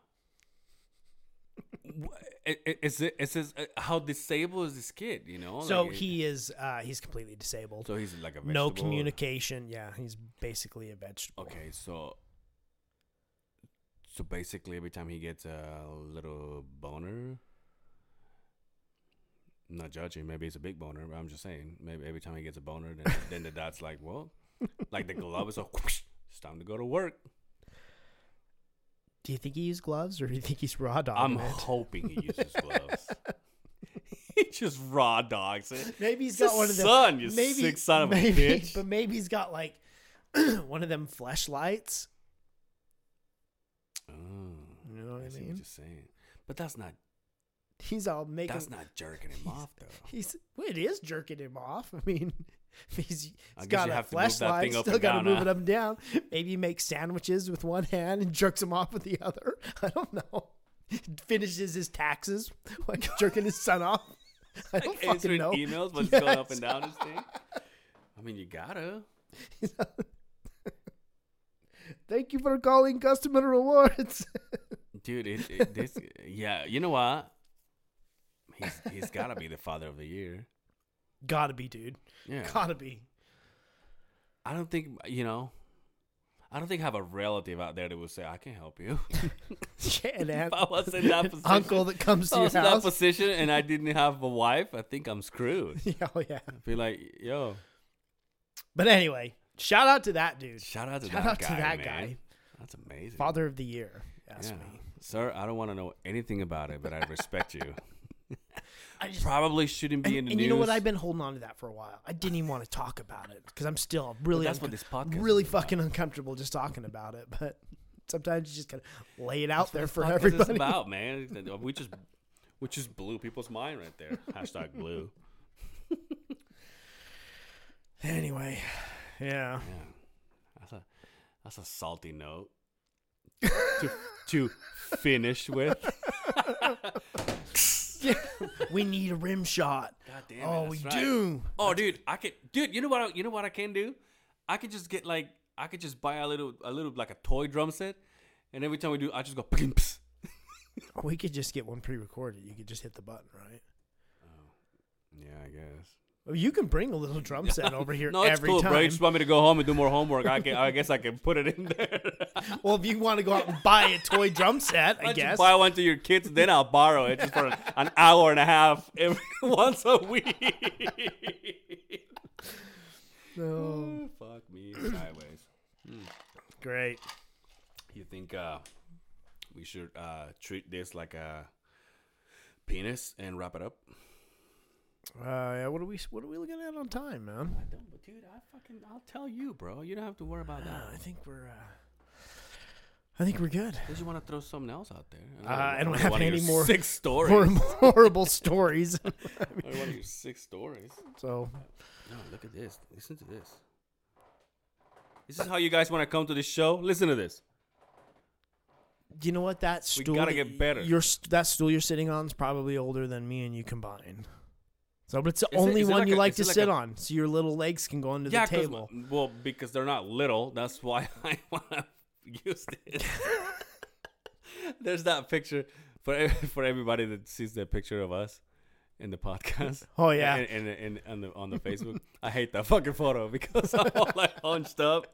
wh- i- i- is it? Is this uh, how disabled is this kid? You know, So Like, he is. Uh, he's completely disabled. So he's like a vegetable. no communication. Yeah, he's basically a vegetable. Okay, so so basically, every time he gets a little boner, I'm not judging. Maybe it's a big boner, but I'm just saying. Maybe every time he gets a boner, then, then the dad's like, "Well, like the glove is like, whoosh, it's time to go to work." Do you think he used gloves or do you think he's raw dog? I'm hoping he uses gloves. he just raw dogs it. Maybe he's It's his got one of them. son, you maybe, sick son of a maybe, bitch. But maybe he's got like one of them flashlights. Oh, You know what I, I see what mean? you're saying. But that's not he's all making. that's not jerking him off though. He's well, it is jerking him off. I mean, if he's, he's I guess got you a have to move that flashlight. thing up Still and got to down, move huh? it up and down. Maybe he makes sandwiches with one hand and jerks him off with the other. I don't know. Finishes his taxes like jerking his son off. I don't fucking Answering know. emails but it's going up and Yes. down his thing. I mean, you gotta. Thank you for calling customer rewards. Dude, it, it, this yeah, you know what? He's he's gotta be the father of the year. Gotta be, dude. Yeah, Gotta be. I don't think you know. I don't think I have a relative out there that will say I can help you. Yeah, and if I was in that position, uncle that comes if I to your was in that house. position and I didn't have a wife, I think I'm screwed. yeah, oh yeah. Be like, yo, But anyway, shout out to that dude. shout out to Shout that out to guy, that man. guy. That's amazing. Father of the year. That's Yeah. me. Sir, I don't want to know anything about it, but I respect you. I just Probably shouldn't be and, in the and news. you know what? I've been holding on to that for a while. I didn't even want to talk about it because I'm still really that's what this podcast really is about. fucking uncomfortable just talking about it. But sometimes you just gotta lay it out there for Fuck is this everybody. about, man? We just we just blew people's mind right there. Hashtag blew. Anyway, yeah. That's a that's a salty note to to finish with. we need a rim shot. God damn it, oh, we that's right. do. Oh, dude, I could, dude. You know what? I, you know what I can do? I could just get like, I could just buy a little, a little like a toy drum set, and every time we do, I just go. "Pkim, ps." We could just get one pre-recorded. You could just hit the button, right? Yeah, I guess. Well, You can bring a little drum set over here No, it's every cool, time. bro. You just want me to go home and do more homework. I can, I guess, I can put it in there. Well, if you want to go out and buy a toy drum set, I'll I just guess. buy one to your kids, then I'll borrow it just for an hour and a half every once a week. No. Fuck me sideways. Great. You think uh, we should uh, treat this like a penis and wrap it up? Uh, yeah, what are we? What are we looking at on time, man? I don't, but dude, I fucking, I'll tell you, bro. You don't have to worry about Uh, I that. think we're. Uh, I think we're good. Did you want to throw something else out there? Uh, I don't Another have one of your any more- Six stories. Horrible, horrible stories. Another one of your six stories. So No, look at this. Listen to this. This is how you guys want to come to this show. Listen to this. you know what? That We stool. gotta that get better. Your st- that stool you're sitting on is probably older than me and you combined. So, but it's the it- only is it one like a- you like is to it like sit a- on, so your little legs can go under Yeah, the 'cause- table. well, because they're not little. That's why I want to use this. There's that picture for ev- for everybody that sees the picture of us in the podcast. Oh, yeah. and, and, and on the on the Facebook, I hate that fucking photo because I'm all like hunched up.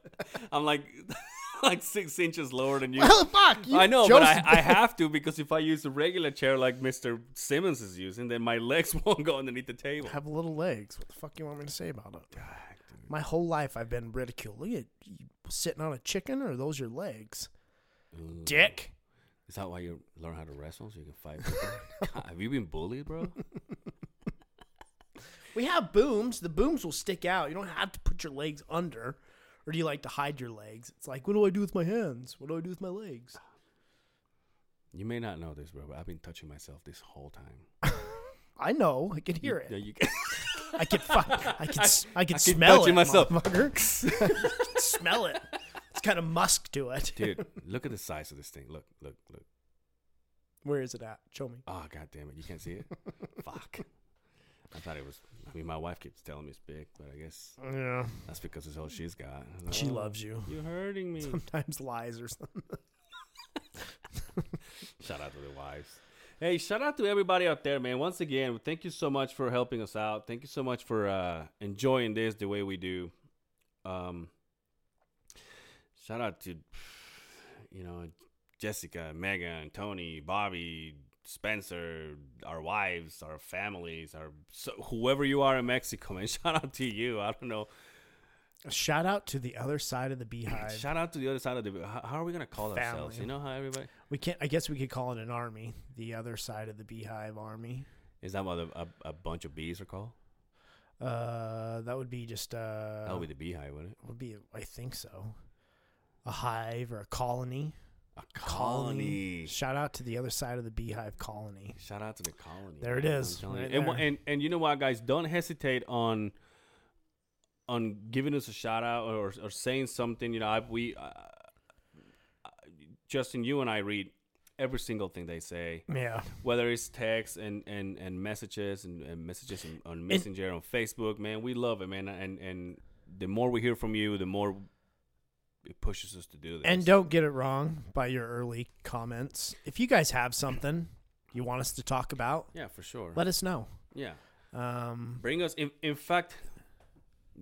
I'm like like six inches lower than you. Well, Oh, fuck. You I know, chose but I, I have to because if I use a regular chair like Mr. Simmons is using, then my legs won't go underneath the table. have little legs. What the fuck you want me to say about it? My whole life I've been ridiculed. Look at you sitting on a chicken. Or those your legs, dick? Is that why you learn how to wrestle so you can fight? people? God, have you been bullied, bro? We have booms. The booms will stick out. You don't have to put your legs under. Or do you like to hide your legs? It's like, what do I do with my hands? What do I do with my legs? You may not know this, bro, but I've been touching myself this whole time. I know. I can hear Yeah, it. you can. I can. Fuck, I can. s- I can I keep smell touching it. myself. motherfucker. I can smell it. It's got a musk to it. Dude, look at the size of this thing. Look, look, look. Where is it at? Show me. Oh, god damn it. You can't see it? Fuck. I thought it was. I mean, my wife keeps telling me it's big, but I guess Yeah. that's because it's all she's got. She Oh, loves you. You're hurting me. Sometimes lies or something. Shout out to the wives. Hey, shout out to everybody out there, man. Once again, thank you so much for helping us out. Thank you so much for uh, enjoying this the way we do. Um, shout out to, you know, Jessica, Megan, Tony, Bobby, Spencer, our wives, our families, our so, whoever you are in Mexico, man. Shout out to you. I don't know. Shout out to the other side of the beehive. Shout out to the other side of the. How, how are we gonna call ourselves? Family. You know how everybody. We can't. I guess we could call it an army. The other side of the beehive army. Is that what a, a, a bunch of bees are called? Uh, that would be just uh, that would be Oh, the beehive, wouldn't it? would be I think so, a hive or a colony. A Shout out to the other side of the beehive colony. Shout out to the colony. There it man. I'm is, telling you. right And, wha- there. and and you know what, guys? Don't hesitate on on giving us a shout out or, or saying something. You know, I, we uh, uh, Justin, you and I read every single thing they say, Yeah. whether it's text and and and messages and, and messages on, on Messenger on Facebook. Man, we love it, man. And and the more we hear from you, the more it pushes us to do this. And don't get it wrong by your early comments. If you guys have something you want us to talk about, yeah, for sure. let us know. yeah. Um, bring us in, in fact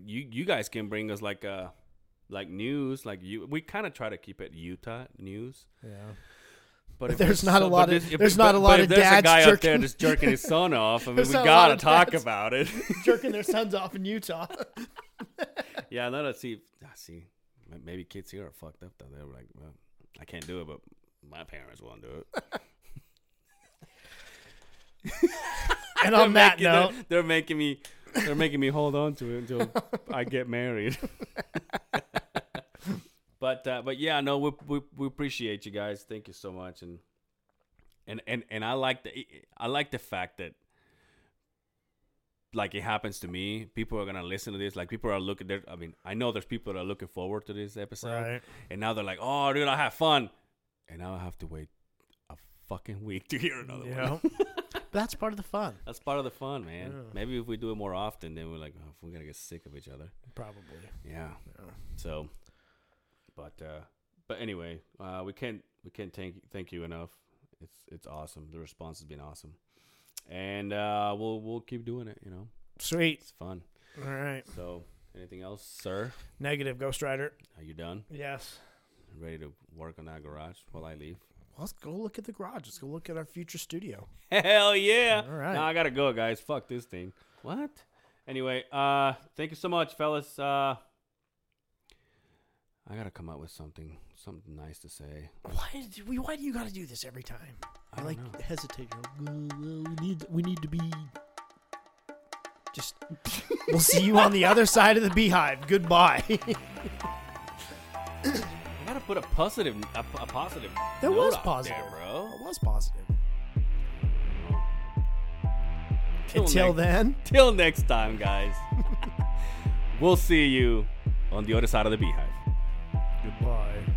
you you guys can bring us like uh like news like you we kind of try to keep it utah news yeah. but if there's it's not a lot but of- this- if- there's but- not a but lot if of there's a dads guy out there jerking- that's jerking his son off i mean There's we not a lot gotta of talk dads. about it Jerking their sons off in Utah. yeah no let's see i see M- maybe kids here are fucked up though they were like well i can't do it but my parents won't do it And on that They're- note, they're making me they're making me hold on to it until I get married. but uh, but yeah, no, we, we we appreciate you guys. Thank you so much, and and and and I like the I like the fact that like it happens to me. People are gonna listen to this. Like people are looking. There, I mean, I know there's people that are looking forward to this episode, Right. and now they're like, "Oh, dude, I have fun," and now I have to wait a fucking week to hear another one. yeah. But that's part of the fun, That's part of the fun, man. Yeah. Maybe if we do it more often, then we're like, oh, we're gonna get sick of each other. probably. Yeah. So, but uh, but anyway, uh, we can't we can't thank thank you enough. It's it's awesome. The response has been awesome, and uh, we'll we'll keep doing it. You know, Sweet. it's fun. All right. So, anything else, sir? Negative Ghost Rider. Are you done? Yes. Ready to work on that garage while I leave? Well, let's go look at the garage. Let's go look at our future studio. Hell yeah! All right. Now I gotta go, guys. Fuck this thing. What? Anyway, uh, thank you so much, fellas. Uh, I gotta come up with something, something nice to say. Why do we? Why do you got to do this every time? I, don't like know. hesitate. You're like, "Uh, well, we need. We need to be. Just. we'll see you on the other side of the beehive. Goodbye. I gotta put a positive, a, a positive. that note was out positive, there, bro. That was positive. Till Until next- then, Till next time, guys. we'll see you on the other side of the beehive. goodbye.